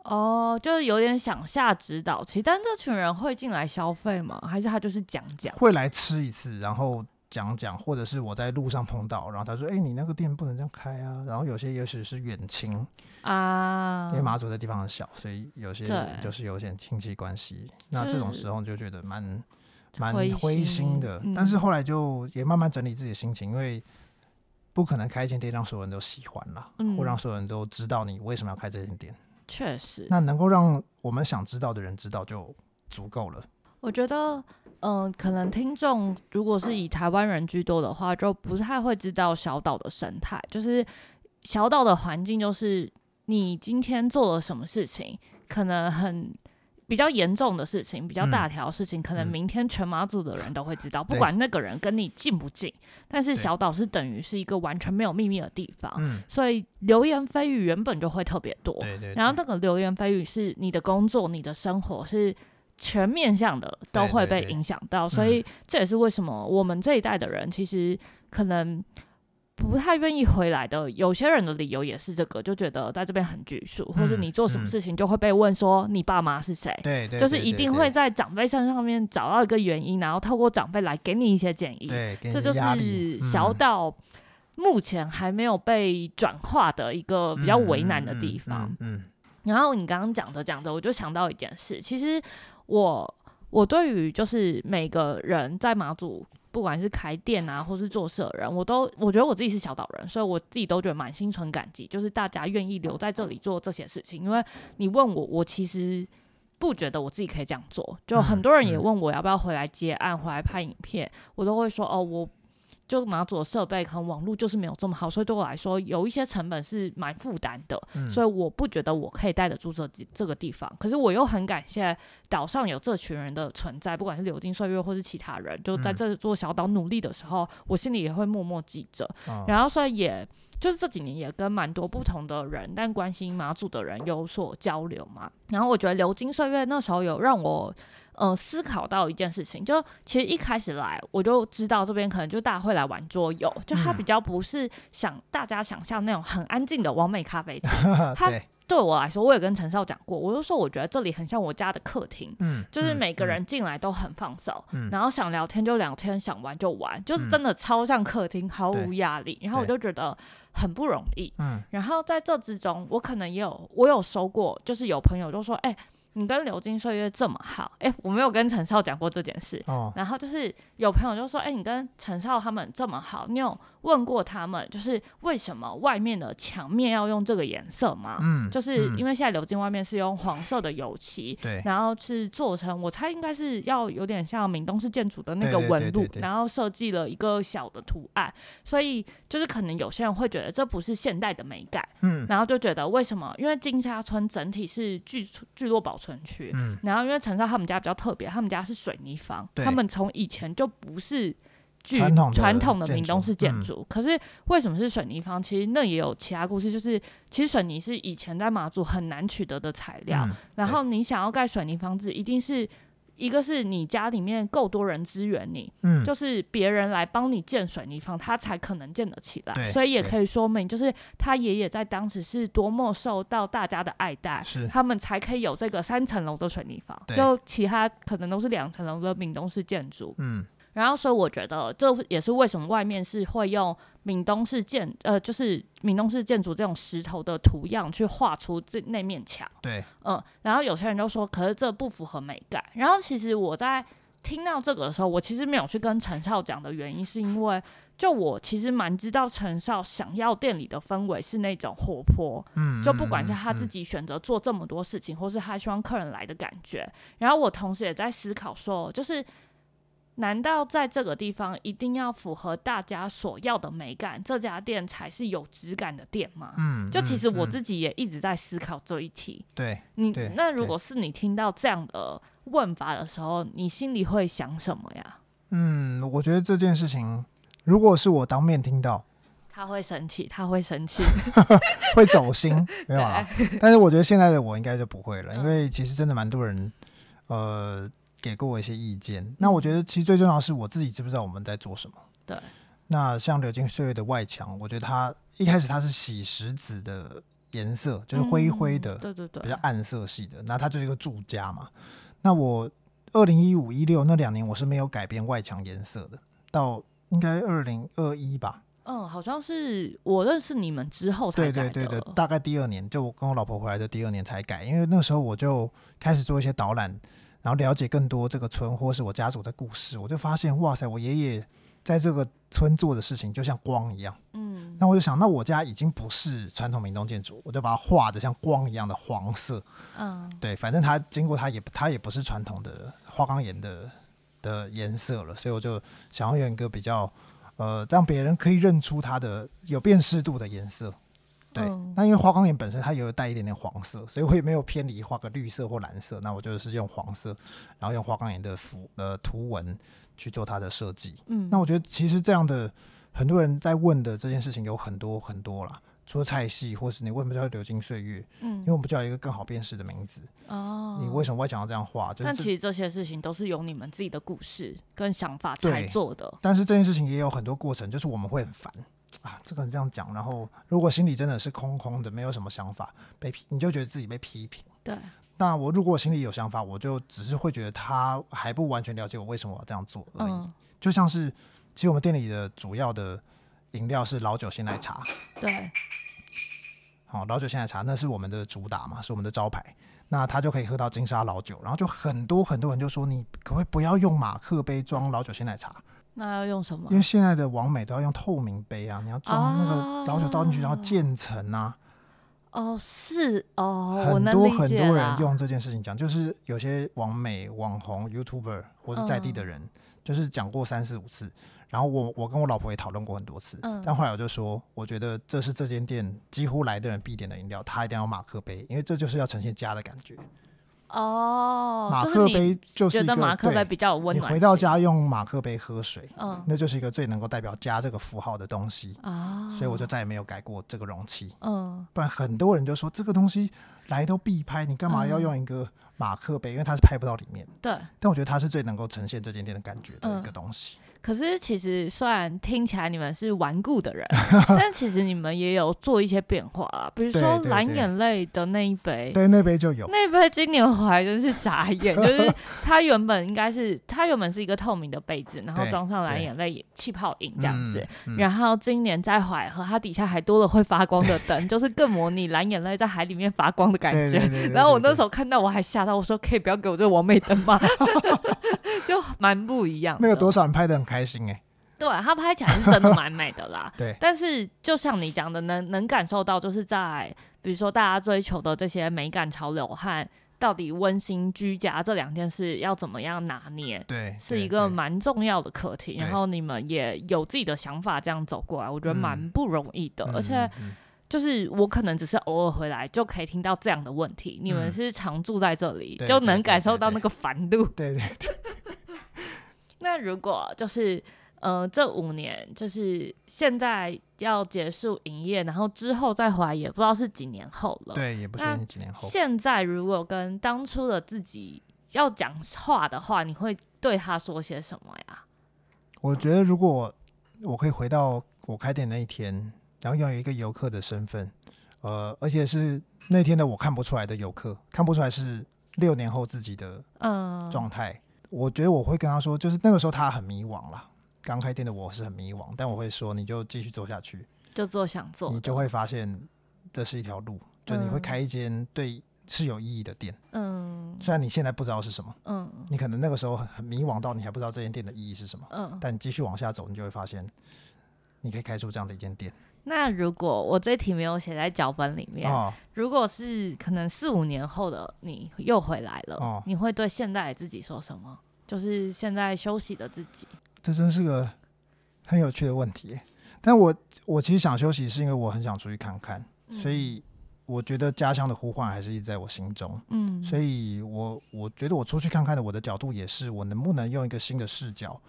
S1: 哦，就是有点想下指导期，但这群人会进来消费吗？还是他就是讲讲？
S2: 会来吃一次，然后讲讲，或者是我在路上碰到，然后他说：“哎、你那个店不能这样开啊。”然后有些也许是远亲，
S1: 啊
S2: 因，为马祖的地方很小，所以有些
S1: 嗯对
S2: 就是有些亲戚关系。那
S1: 就
S2: 这种
S1: 是
S2: 时候就觉得蛮蛮
S1: 灰
S2: 灰心
S1: 心
S2: 的，
S1: 嗯
S2: 但是后来就也慢慢整理自己的心情，因为不可能开一间店让所有人都喜欢啦，
S1: 嗯
S2: 或让所有人都知道你为什么要开这间店。
S1: 确实，
S2: 那能够让我们想知道的人知道就足够了。
S1: 我觉得，嗯、可能听众如果是以台湾人居多的话，就不太会知道小岛的生态，就是小岛的环境就是。你今天做了什么事情，可能很比较严重的事情，比较大条的事情，可能
S2: 嗯
S1: 明天全马组的人都会知道，不
S2: 对
S1: 管那个人跟你近不近。但是
S2: 对
S1: 小岛是等于是一个完全没有秘密的地方，
S2: 嗯，
S1: 所以流言蜚语原本就会特别多。
S2: 对对。
S1: 然后
S2: 对
S1: 那个流言蜚语是你的工作、你的生活是全面向的，都
S2: 对
S1: 会
S2: 对
S1: 被
S2: 对
S1: 影响到。所
S2: 嗯
S1: 以这也是为什么我们这一代的人其实可能不太愿意回来的。有些人的理由也是这个，就觉得在这边很拘束，或是
S2: 嗯
S1: 你做什么
S2: 嗯
S1: 事情就会被问说你爸妈是谁。
S2: 对对，
S1: 就是
S2: 对
S1: 一
S2: 对
S1: 定
S2: 对
S1: 会在长辈身上面找到一个原因，然后透过长辈来给你一些建议。
S2: 对，给你
S1: 这
S2: 的
S1: 就
S2: 压力
S1: 是小
S2: 嗯
S1: 岛目前还没有被转化的一个比较为难的地方。
S2: 嗯。嗯嗯嗯
S1: 然后你刚刚讲着讲着，我就想到一件事，其实我我对于就是每个人在马祖。不管是开店啊，或是做事的人，我都我觉得我自己是小岛人，所以我自己都觉得蛮心存感激，就是大家愿意留在这里做这些事情。因为你问我，我其实不觉得我自己可以这样做，就
S2: 嗯
S1: 很多人也
S2: 嗯
S1: 问我要不要回来接案、回来拍影片，我都会说哦，我就马祖的设备可能网络就是没有这么好，所以对我来说有一些成本是蛮负担的。
S2: 嗯
S1: 所以我不觉得我可以待得住这地这个地方。可是我又很感谢岛上有这群人的存在，不管是柳丁岁月或是其他人，就在
S2: 嗯
S1: 这座小岛努力的时候，我心里也会默默记着。
S2: 哦
S1: 然后所以也就是这几年也跟蛮多不同的人，但关心马祖的人有所交流嘛。然后我觉得《流金岁月》那时候有让我。呃，思考到一件事情，就其实一开始来我就知道这边可能就大家会来玩桌游，就它
S2: 嗯
S1: 比较不是想大家想象那种很安静的完美咖啡厅，他
S2: 对，
S1: 对我来说，我也跟陈少讲过，我就说我觉得这里很像我家的客厅，
S2: 嗯，
S1: 就是
S2: 嗯
S1: 每个人，进来都很放松，
S2: 嗯
S1: 然后想聊天就聊天，想玩就玩，就是
S2: 嗯
S1: 真的超像客厅，毫无
S2: 对
S1: 压力。然后我就觉得很不容易。
S2: 嗯
S1: 然后在这之中，我可能也有我有收过，就是有朋友就说：“哎、你跟流金岁月这么好，哎、我没有跟陈少讲过这件事。”
S2: 嗯哦，
S1: 然后就是有朋友就说：“哎、你跟陈少他们这么好，你有问过他们，就是为什么外面的墙面要用这个颜色吗？”
S2: 嗯，
S1: 啊就是因
S2: 为
S1: 为现在鎏金外面是用黄色的油漆，
S2: 对，
S1: 然后是做成，我猜应该是要有点像闽东式建筑的那个
S2: 对对
S1: 纹路
S2: 对，对对
S1: 然后设计了一个小的图案，所以就是可能有些人会觉得这不是现代的美感，
S2: 嗯
S1: 然后就觉得为什么？因为金沙村整体是聚聚落保存区，
S2: 嗯
S1: 然后因为陈少他们家比较特别，他们家是水泥房，
S2: 对
S1: 他们从以前就不是具
S2: 传统的
S1: 传统的
S2: 建
S1: 闽
S2: 筑
S1: 东式建
S2: 嗯
S1: 筑。可是为什么是水泥房？其实那也有其他故事，就是其实水泥是以前在马祖很难取得的材料，
S2: 嗯
S1: 然
S2: 对
S1: 后你想要盖水泥房子，一定是。一个是你家里面够多人支援你，
S2: 嗯，
S1: 就是别人来帮你建水泥房，他才可能建得起来。
S2: 对
S1: 所以也
S2: 对
S1: 可以说明，就是他爷爷在当时是多么受到大家的爱戴，
S2: 是
S1: 他们才可以有这个三层楼的水泥房。
S2: 对
S1: 就其他可能都是两层楼的闽东式建筑。
S2: 嗯
S1: 然后，所以我觉得这也是为什么外面是会用闽东式建呃，就是闽东式建筑这种石头的图样去画出这那面墙。
S2: 对，
S1: 嗯，然后有些人就说，可是这不符合美感。然后其实我在听到这个的时候，我其实没有去跟陈少讲的原因，是因为就我其实蛮知道陈少想要店里的氛围是那种活泼，
S2: 嗯，
S1: 就不管是
S2: 嗯
S1: 他自，己选择做这么多事情，或是他希望客人来的感觉。然后我同时也在思考说，就是难道在这个地方一定要符合大家所要的美感，这家店才是有质感的店吗？
S2: 嗯，嗯
S1: 就其实我自
S2: 己
S1: 己也一直在思考这一题。
S2: 对，
S1: 你
S2: 对
S1: 那如
S2: 对
S1: 果是你听到这样的问法的时候，你心里会想什么呀？
S2: 嗯，我觉得这件事情，如果是我当面听到，
S1: 他会生气，他会生气。
S2: 会走心，没有
S1: [LAUGHS]
S2: 啦。但是我觉得现在的我应该就不会了，
S1: 嗯
S2: 因为其实真的蛮多人，呃，给过我一些意见。那我觉得其实最重要的是我自己知不知道我们在做什么。
S1: 嗯对。
S2: 那像《流金岁月》的外墙，我觉得它一开始它是洗石子的颜色， [LAUGHS] 就是灰灰的，
S1: 嗯对对对，
S2: 比较暗色系的。那它就是一个住家嘛。那我二零一五一六那两年我是没有改变外墙颜色的，到应该二零二一吧，
S1: 嗯，好像是我认识你们之后才
S2: 对
S1: 改
S2: 对
S1: 的。
S2: 对对，大概第二年，就我跟我老婆回来的第二年才改，因为那时候我就开始做一些导览，然后了解更多这个村或是我家族的故事，我就发现哇塞，我爷爷在这个村做的事情就像光一样。
S1: 嗯，
S2: 那我就想，那我家已经不是传统民东建筑，我就把它画的像光一样的黄色。
S1: 嗯
S2: 对，反正它经过它也它也不是传统的花岗岩的的颜色了，所以我就想要用一个比较呃让别人可以认出它的有辨识度的颜色。对，
S1: 嗯
S2: 那因为花岗岩本身它也有带一点点黄色，所以我也没有偏离画个绿色或蓝色，那我就是用黄色，然后用花岗岩的符呃图文去做它的设计。
S3: 嗯，
S2: 那我觉得其实这样的很多人在问的这件事情有很多很多啦，除了菜系，或是你为什么叫流金岁月，
S3: 嗯
S2: 因为我们不叫一个更好辨识的名字，
S3: 哦，
S2: 你为什么会想要这样画？就是
S1: 嗯但
S2: 这
S1: 其实这些事情都是有你们自己的故事跟想法
S2: 对
S1: 才做的。
S2: 但是这件事情也有很多过程，就是我们会很烦啊，这个人这样讲，然后如果心里真的是空空的，没有什么想法，被批你就觉得自己被批评。
S3: 对，
S2: 那我如果心里有想法，我就只是会觉得他还不完全了解我为什么要这样做而已。
S3: 嗯，
S2: 就像是，其实我们店里的主要的饮料是老酒鲜奶茶，
S3: 对，
S2: 好、老酒鲜奶茶那是我们的主打嘛，是我们的招牌。那他就可以喝到金沙老酒，然后就很多很多人就说你可不可以不要用马克杯装老酒鲜奶茶？
S3: 那要用什么
S2: 因？为现在的网美都要用透明杯啊，你要装那个老酒倒进去，然后
S3: 哦
S2: 渐层啊，
S3: 哦，是哦，我
S2: 很
S3: 能
S2: 多
S3: 理
S2: 很
S3: 解
S2: 多
S3: 啦
S2: 人用这件事情讲，就是有些网美、网红、YouTuber 或者在地的人，就是讲过三四五次。然后我我跟我老婆也讨论过很多次，
S3: 嗯
S2: 但后来我就说，我觉得这是这间店几乎来的人必点的饮料，它一定要马克杯，因为这就是要呈现家的感觉。
S3: 哦，
S2: 马
S3: 就是
S2: 克
S3: 你
S2: 杯就是
S1: 觉
S2: 一
S1: 得
S2: 个
S1: 马克杯
S2: 对
S1: 比较有温
S2: 你
S1: 暖性。
S2: 回到家用马克杯喝水，
S3: 嗯
S2: 那就是一个最能够代表家这个符号的东西。
S1: 哦
S3: 啊，
S2: 所以我就再也没有改过这个容器。
S3: 嗯
S2: 不然很多人就说这个东西来都必拍，你干
S1: 嗯
S2: 嘛要用一个马克杯？因为它是拍不到里面。
S3: 对。
S2: 但我觉得它是最能够呈现这间店的感觉
S1: 嗯
S2: 的一个东西。
S1: 可是其实虽然听起来你们是顽固的
S2: [LAUGHS]
S1: 人，但其实你们也有做一些变化啊，比如
S2: 对
S1: 说
S2: 对
S1: 蓝
S2: 对
S1: 眼泪的那一杯。
S2: 对，那杯就有。
S1: 那杯今年我还真是傻
S2: [LAUGHS]
S1: 眼，就是它原本应该是它原本是一个透明的杯子，然后
S2: 对
S1: 装上蓝
S2: 对
S1: 眼泪气泡饮 [LAUGHS] 这样子，
S2: 嗯，嗯
S1: 然后今年在淮河它底下还多了会发光的
S2: [LAUGHS]
S1: 灯，就是更模拟蓝眼泪在海里面发光的感
S2: 对
S1: 觉
S2: 对。对对
S1: 然后我
S2: 对
S1: 那时候看到我还吓到，我说可以不要给我这完美灯吗？ [LAUGHS] 就蛮不一样的。
S2: 那个多少人拍的很开心哎、。
S1: 对，它拍起来是真的蛮美的 [LAUGHS] 啦
S2: 对
S1: 但是就像你讲的，能能感受到，就是在比如说大家追求的这些美感潮流和到底温馨居家这两件事要怎么样拿捏，
S2: 对，
S1: 是
S2: 对
S1: 一个
S2: 对
S1: 蛮重要的课题。
S2: 对
S1: 然后你们也有自己的想法，这样走过来，我觉得蛮
S2: 嗯
S1: 不容易的。而且
S2: 嗯嗯
S1: 就是我可能只是偶尔回来就可以听到这样的问题，你们
S2: 嗯
S1: 是常住在这里，
S2: 对
S1: 就
S2: 对
S1: 能
S2: 对
S1: 感
S2: 对
S1: 受到
S2: 对
S1: 那个烦度。
S2: 对对
S1: [LAUGHS] 那如果就是呃，这五年就是现在要结束营业，然后之后再回来，也不知道是几年后了。，
S2: 嗯对，也不确
S1: 那
S2: 定几年后。
S1: 现在如果跟当初的自己要讲话的话，你会对他说些什么呀？
S2: 我觉得如果我可以回到我开店那一天，然后拥有一个游客的身份，呃，而且是那天的我看不出来的游客，看不出来是六年后自己的
S1: 嗯，
S2: 状态，我觉得我会跟他说，就是那个时候他很迷惘啦。刚开店的我是很迷惘，但我会说，你就继续做下去，
S1: 就做想做
S2: 你
S1: 的，
S2: 就会发现这是一条路，就你会
S1: 嗯
S2: 开一间对是有意义的店。
S1: 嗯
S2: 虽然你现在不知道是什么，
S1: 嗯
S2: 你可能那个时候很很迷惘到你还不知道这间店的意义是什么，
S1: 嗯。
S2: 但你继续往下走，你就会发现你可以开出这样的一间店
S1: 那如果我这题没有写在脚本里面，
S2: 哦。
S1: 如果是可能四五年后的你又回来了，
S2: 哦
S1: 你会对现在的自己说什么？就是现在休息的自己。
S2: 这真是个很有趣的问题耶。但我我其实想休息，是因为我很想出去看看，
S1: 嗯
S2: 所以我觉得家乡的呼唤还是一直在我心中。
S1: 嗯，
S2: 所以我我觉得我出去看看的我的角度也是，我能不能用一个新的视角，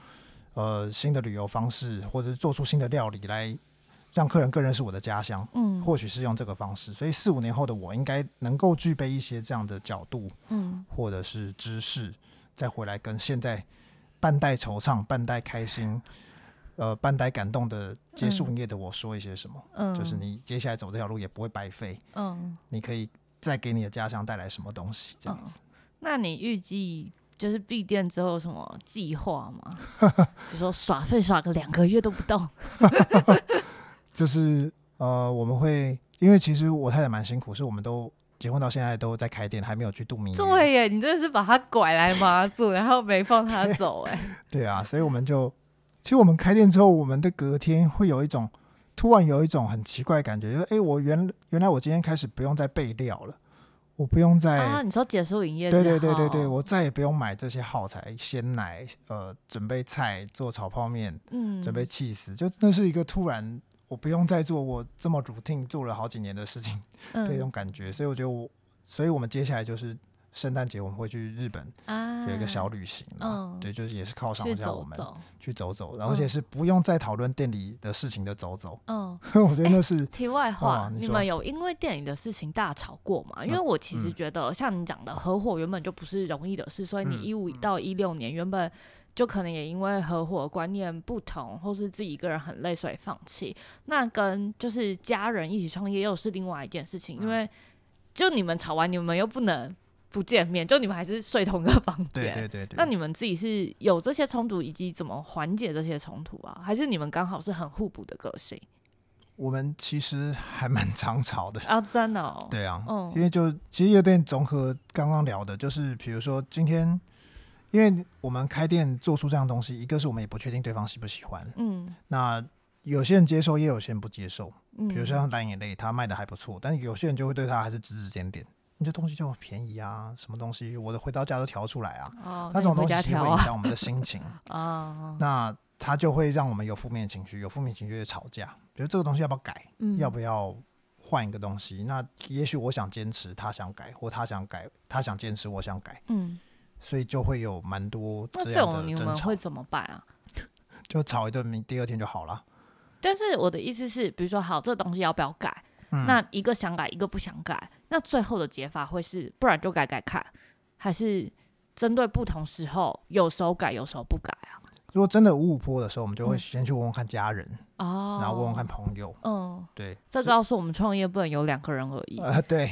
S2: 呃，新的旅游方式，或者是做出新的料理来让客人更认识我的家乡，
S1: 嗯
S2: 或许是用这个方式。所以四五年后的我应该能够具备一些这样的角度
S1: 嗯
S2: 或者是知识，再回来跟现在半带惆怅、半带开心。呃，半带感动的结束
S1: 嗯
S2: 营业的我说一些什么，
S1: 嗯，
S2: 就是你接下来走这条路也不会白费，
S1: 嗯
S2: 你可以再给你的家乡带来什么东西，这样子。
S1: 嗯。那你预计就是闭店之后有什么计划吗？ [LAUGHS] 比如说耍废耍个两个月都不
S2: [LAUGHS]
S1: 到，
S2: 就是呃，我们会因为其实我太太蛮辛苦，是我们都结婚到现在都在开店，还没有去度蜜月。
S1: 对耶，你真的是把他拐来麻住，然后没放他走，哎，
S2: 对啊，所以我们就其实我们开店之后，我们的隔天会有一种突然有一种很奇怪的感觉，就是哎，我原原来我今天开始不用再备料了，我不用再、
S1: 啊，你说哦结束营业之
S2: 哎对
S1: 后，
S2: 对对对对，我再也不用买这些耗材，鲜奶，呃，准备菜做炒泡面，
S1: 嗯，
S2: 准备 cheese，、就那是一个突然我不用再做我这么 routine 做了好几年的事情的
S3: 嗯
S2: 一种感觉。所以我觉得我，所以我们接下来就是圣诞节我们会去日本
S3: 啊，
S2: 有一个小旅行啦，
S3: 嗯
S2: 对，就是也是犒赏
S3: 去
S2: 一下我
S3: 走
S2: 们
S3: 走，
S2: 去走走，然
S3: 嗯
S2: 后而且是不用再讨论店里的事情的走走。 [LAUGHS]
S3: 嗯。
S2: 我觉得那是、
S1: 题外话，
S2: 哦你
S1: 你
S2: 说
S1: 们有因为电影的事情大吵过吗？因为
S2: 嗯
S1: 我其实
S2: 嗯
S1: 觉得，像你讲的，合伙原本就不是容易的事，所以你
S2: 嗯
S1: 一五到一六年原本就可能也因为合伙观念不同，或是自己一个人很累，所以放弃。那跟就是家人一起创业又是另外一件事
S2: 嗯
S1: 情，因为就你们吵完，你们又不能不见面，就你们还是睡同一个房间。
S2: 对对对对。
S1: 那你们自己是有这些冲突，以及怎么缓解这些冲突啊？还是你们刚好是很互补的个性
S2: 我们其实还蛮常吵的，
S1: 啊？真的、哦，
S2: 对啊，
S1: 嗯
S2: 因为就其实有点综合刚刚聊的，就是比如说今天，因为我们开店做出这样的东西，一个是我们也不确定对方喜不喜欢，
S1: 嗯，
S2: 那有些人接受，也有些人不接受。
S1: 嗯
S2: 比如说像蓝眼泪，它卖的还不错，但有些人就会对它还是指指点点，你这东西就很便宜啊，什么东西我的回到家都调出来啊，
S1: 哦，
S2: 那
S1: 你
S2: 种
S1: 回
S2: 东西
S1: 家
S2: 其实
S1: 调
S2: 会影
S1: 啊
S2: 响我们的心情。
S1: 啊，
S2: 那它就会让我们有负面情绪，有负面情绪就吵架，比如这个东西要不要改，
S1: 嗯
S2: 要不要换一个东西？那也许我想坚持，他想改，或他想改，他想坚持，我想改，
S1: 嗯，
S2: 所以就会有蛮多
S1: 那
S2: 这
S1: 这
S2: 样
S1: 种
S2: 的
S1: 你
S2: 争
S1: 们
S2: 吵
S1: 会，怎么办啊？
S2: 就吵一顿，明第二天就好了。
S1: 但是我的意思是，比如说，好，这东西要不要改？
S2: 嗯，
S1: 那一个想改，一个不想改，那最后的解法会是，不然就改改看，还是针对不同时候，有时候改，有时候不改啊？
S2: 如果真的五五坡的时候，我们就会
S1: 嗯
S2: 先去问问看家人，
S1: 哦，
S2: 然后问问看，朋友，
S1: 嗯，
S2: 对，
S1: 这告诉我们创业不能有两个人而
S2: [LAUGHS]
S1: 已，
S2: 呃，对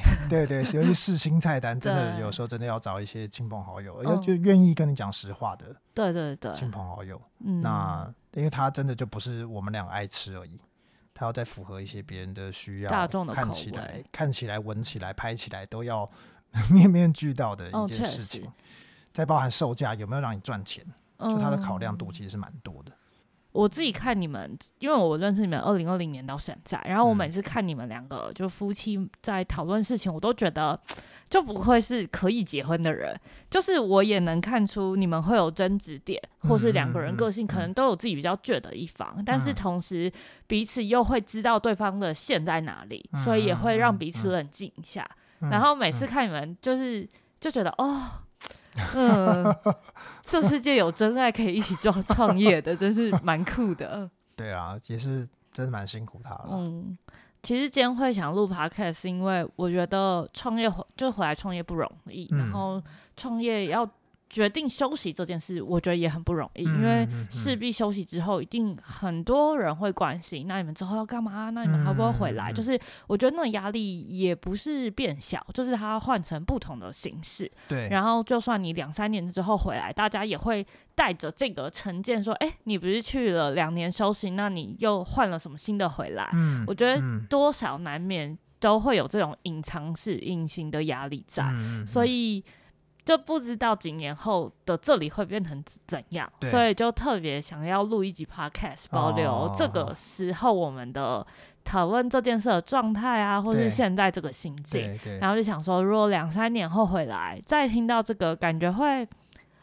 S1: [LAUGHS]
S2: 对对，尤其是新菜单，真的
S1: 对
S2: 有时候真的要找一些亲朋好友，
S1: 嗯
S2: 要就愿意跟你讲实话的
S1: 对对对，
S2: 亲朋好友。
S1: 嗯，
S2: 那因为他真的就不是我们俩爱吃而已，他要再符合一些别人的需要，
S1: 大众的
S2: 看
S1: 口
S2: 起来
S1: 味、
S2: 看起来、闻起来、拍起来都要 [LAUGHS] 面面俱到的
S1: 哦
S2: 一件
S1: 确
S2: 事情。
S1: 实
S2: 再包含售价有没有让你赚钱，就他的考量
S1: 嗯
S2: 度其实是蛮多的。
S1: 我自己看你们，因为我认识你们二零二零年到现在，然后我
S2: 嗯
S1: 每次看你们两个就夫妻在讨论事情，我都觉得就不愧是可以结婚的人，就是我也能看出你们会有争执点，或是两个
S2: 嗯
S1: 人个性可能都有自己比较倔的一方，但是同时彼此又会知道对方的线在哪里，
S2: 嗯
S1: 所以也会让
S2: 嗯
S1: 彼此
S2: 嗯
S1: 冷静一下。
S2: 嗯
S1: 然后每次
S2: 嗯
S1: 看你们就是就觉得
S2: [LAUGHS]
S1: 哦，嗯，这世界有真爱可以一起做创业的，真是蛮酷的。
S2: 对啊，也是真的蛮辛苦他了。
S1: 嗯，其实今天会想录 podcast 是因为我觉得创业回就回来创业不容易，然
S2: 嗯
S1: 后创业要决定休息这件事，我觉得也很不容易，
S2: 嗯
S1: 因为
S2: 嗯嗯
S1: 势必休息之后，一定很多人会关心，那你们之后要干嘛？那你们还会不会回来？
S2: 嗯嗯嗯
S1: 就是我觉得那种压力也不是变小，就是它换成不同的形式。
S2: 对，
S1: 然后就算你两三年之后回来，大家也会带着这个成见说，哎，你不是去了两年休息，那你又换了什么新的回来？
S2: 嗯，
S1: 我觉得
S2: 嗯
S1: 多少难免都会有这种隐藏式、隐形的压力在，
S2: 嗯嗯
S1: 所
S2: 嗯
S1: 以就不知道几年后的这里会变成怎样，
S2: 对
S1: 所以就特别想要录一集 podcast，保
S2: 哦
S1: 留这个时候我们的讨论这件事的状态啊，或是
S2: 对
S1: 现在这个心境。
S2: 对对，
S1: 然后就想说，如果两三年后回来再听到这个，感觉会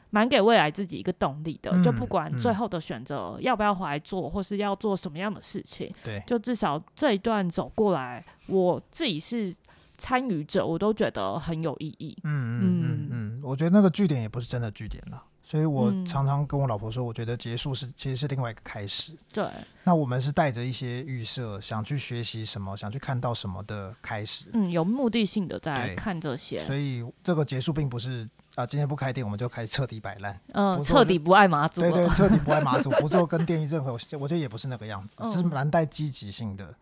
S1: 蛮给未来自己一个动力的。
S2: 嗯
S1: 就不管
S2: 嗯
S1: 最后的选择要不要回来做，或是要做什么样的事情，
S2: 对
S1: 就至少这一段走过来，我自己是参与者，我都觉得很有意义。
S2: 嗯嗯嗯嗯，我觉得那个据点也不是真的据点了。所以我
S1: 嗯
S2: 常常跟我老婆说，我觉得结束是其实是另外一个开始。
S1: 对，
S2: 那我们是带着一些预设，想去学习什么，想去看到什么的开始。
S1: 嗯，有目的性的在
S2: 对
S1: 看这些，
S2: 所以这个结束并不是啊、今天不开店我们就开始彻底摆烂，
S1: 嗯、
S2: 不错
S1: 彻底不爱马祖
S2: 对
S1: 了。 [LAUGHS]
S2: 对，彻底不爱马祖，不做跟店任何，我觉得也不是那个样子，
S1: 嗯
S2: 是蛮带积极性的，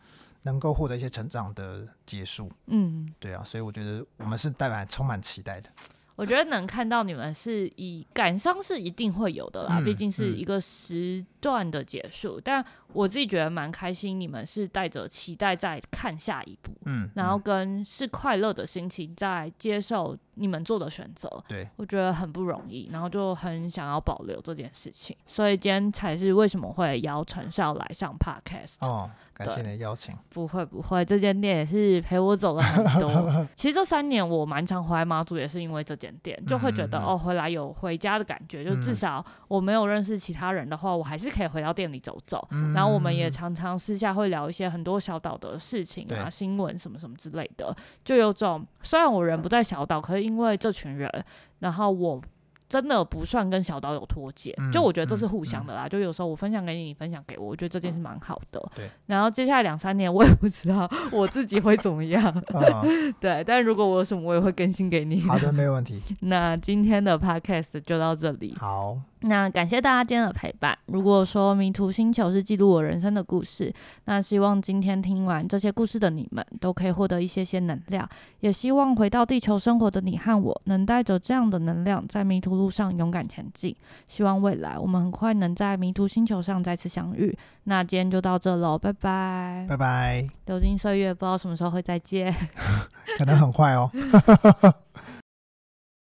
S2: 能够获得一些成长的结束。
S1: 嗯，
S2: 对啊，所以我觉得我们是带满充满期待的。
S1: 我觉得能看到你们是以感伤是一定会有的啦，
S2: 嗯
S1: 毕竟是
S2: 嗯
S1: 一个时段的结束。但我自己觉得蛮开心，你们是带着期待在看下一步，
S2: 嗯，
S1: 然后
S2: 嗯
S1: 跟是快乐的心情在接受你们做的选择。
S2: 对，
S1: 我觉得很不容易，然后就很想要保留这件事情，所以今天才是为什么会邀陈少来上 podcast。
S2: 哦，感谢
S1: 对
S2: 你的
S1: [LAUGHS]
S2: 邀请。
S1: 不会不
S2: [LAUGHS]
S1: 会，这间店也是陪我走了很多。其实这三年我蛮常回来马祖，也是因为这件间店，就会觉得、
S2: 嗯嗯
S1: 哦，回来有回家的感觉。就
S2: 嗯
S1: 至少我没有认识其他人的话，我还是可以回到店里走走。然后我们也
S2: 嗯
S1: 常常私下会聊一些很多小岛的事情啊、
S2: 对
S1: 新闻什么什么之类的，就有种虽然我人不在小岛，可是因为这群人，然后我真的不算跟小岛有脱节，
S2: 嗯
S1: 就我觉得这是
S2: 嗯
S1: 互相的啦。就有时候我分享给你，你分享给我，我觉得这件事蛮好的。
S2: 对。
S1: 然后接下来两三年，我也不知道我自己会怎么样。 [LAUGHS]
S2: 啊，
S1: 对，但如果我有什么，我也会更新给你。
S2: 好的，没有问题。
S1: 那今天的 podcast 就到这里。
S2: 好，
S1: 那感谢大家今天的陪伴。如果说《迷途星球》是记录我人生的故事，那希望今天听完这些故事的你们都可以获得一些些能量，也希望回到地球生活的你和我能带着这样的能量，在迷途路上勇敢前进。希望未来我们很快能在迷途星球上再次相遇。那今天就到这喽，拜拜。
S2: 拜拜。
S1: 流金岁月，不知道什么时候会再见。
S2: 可能很快哦。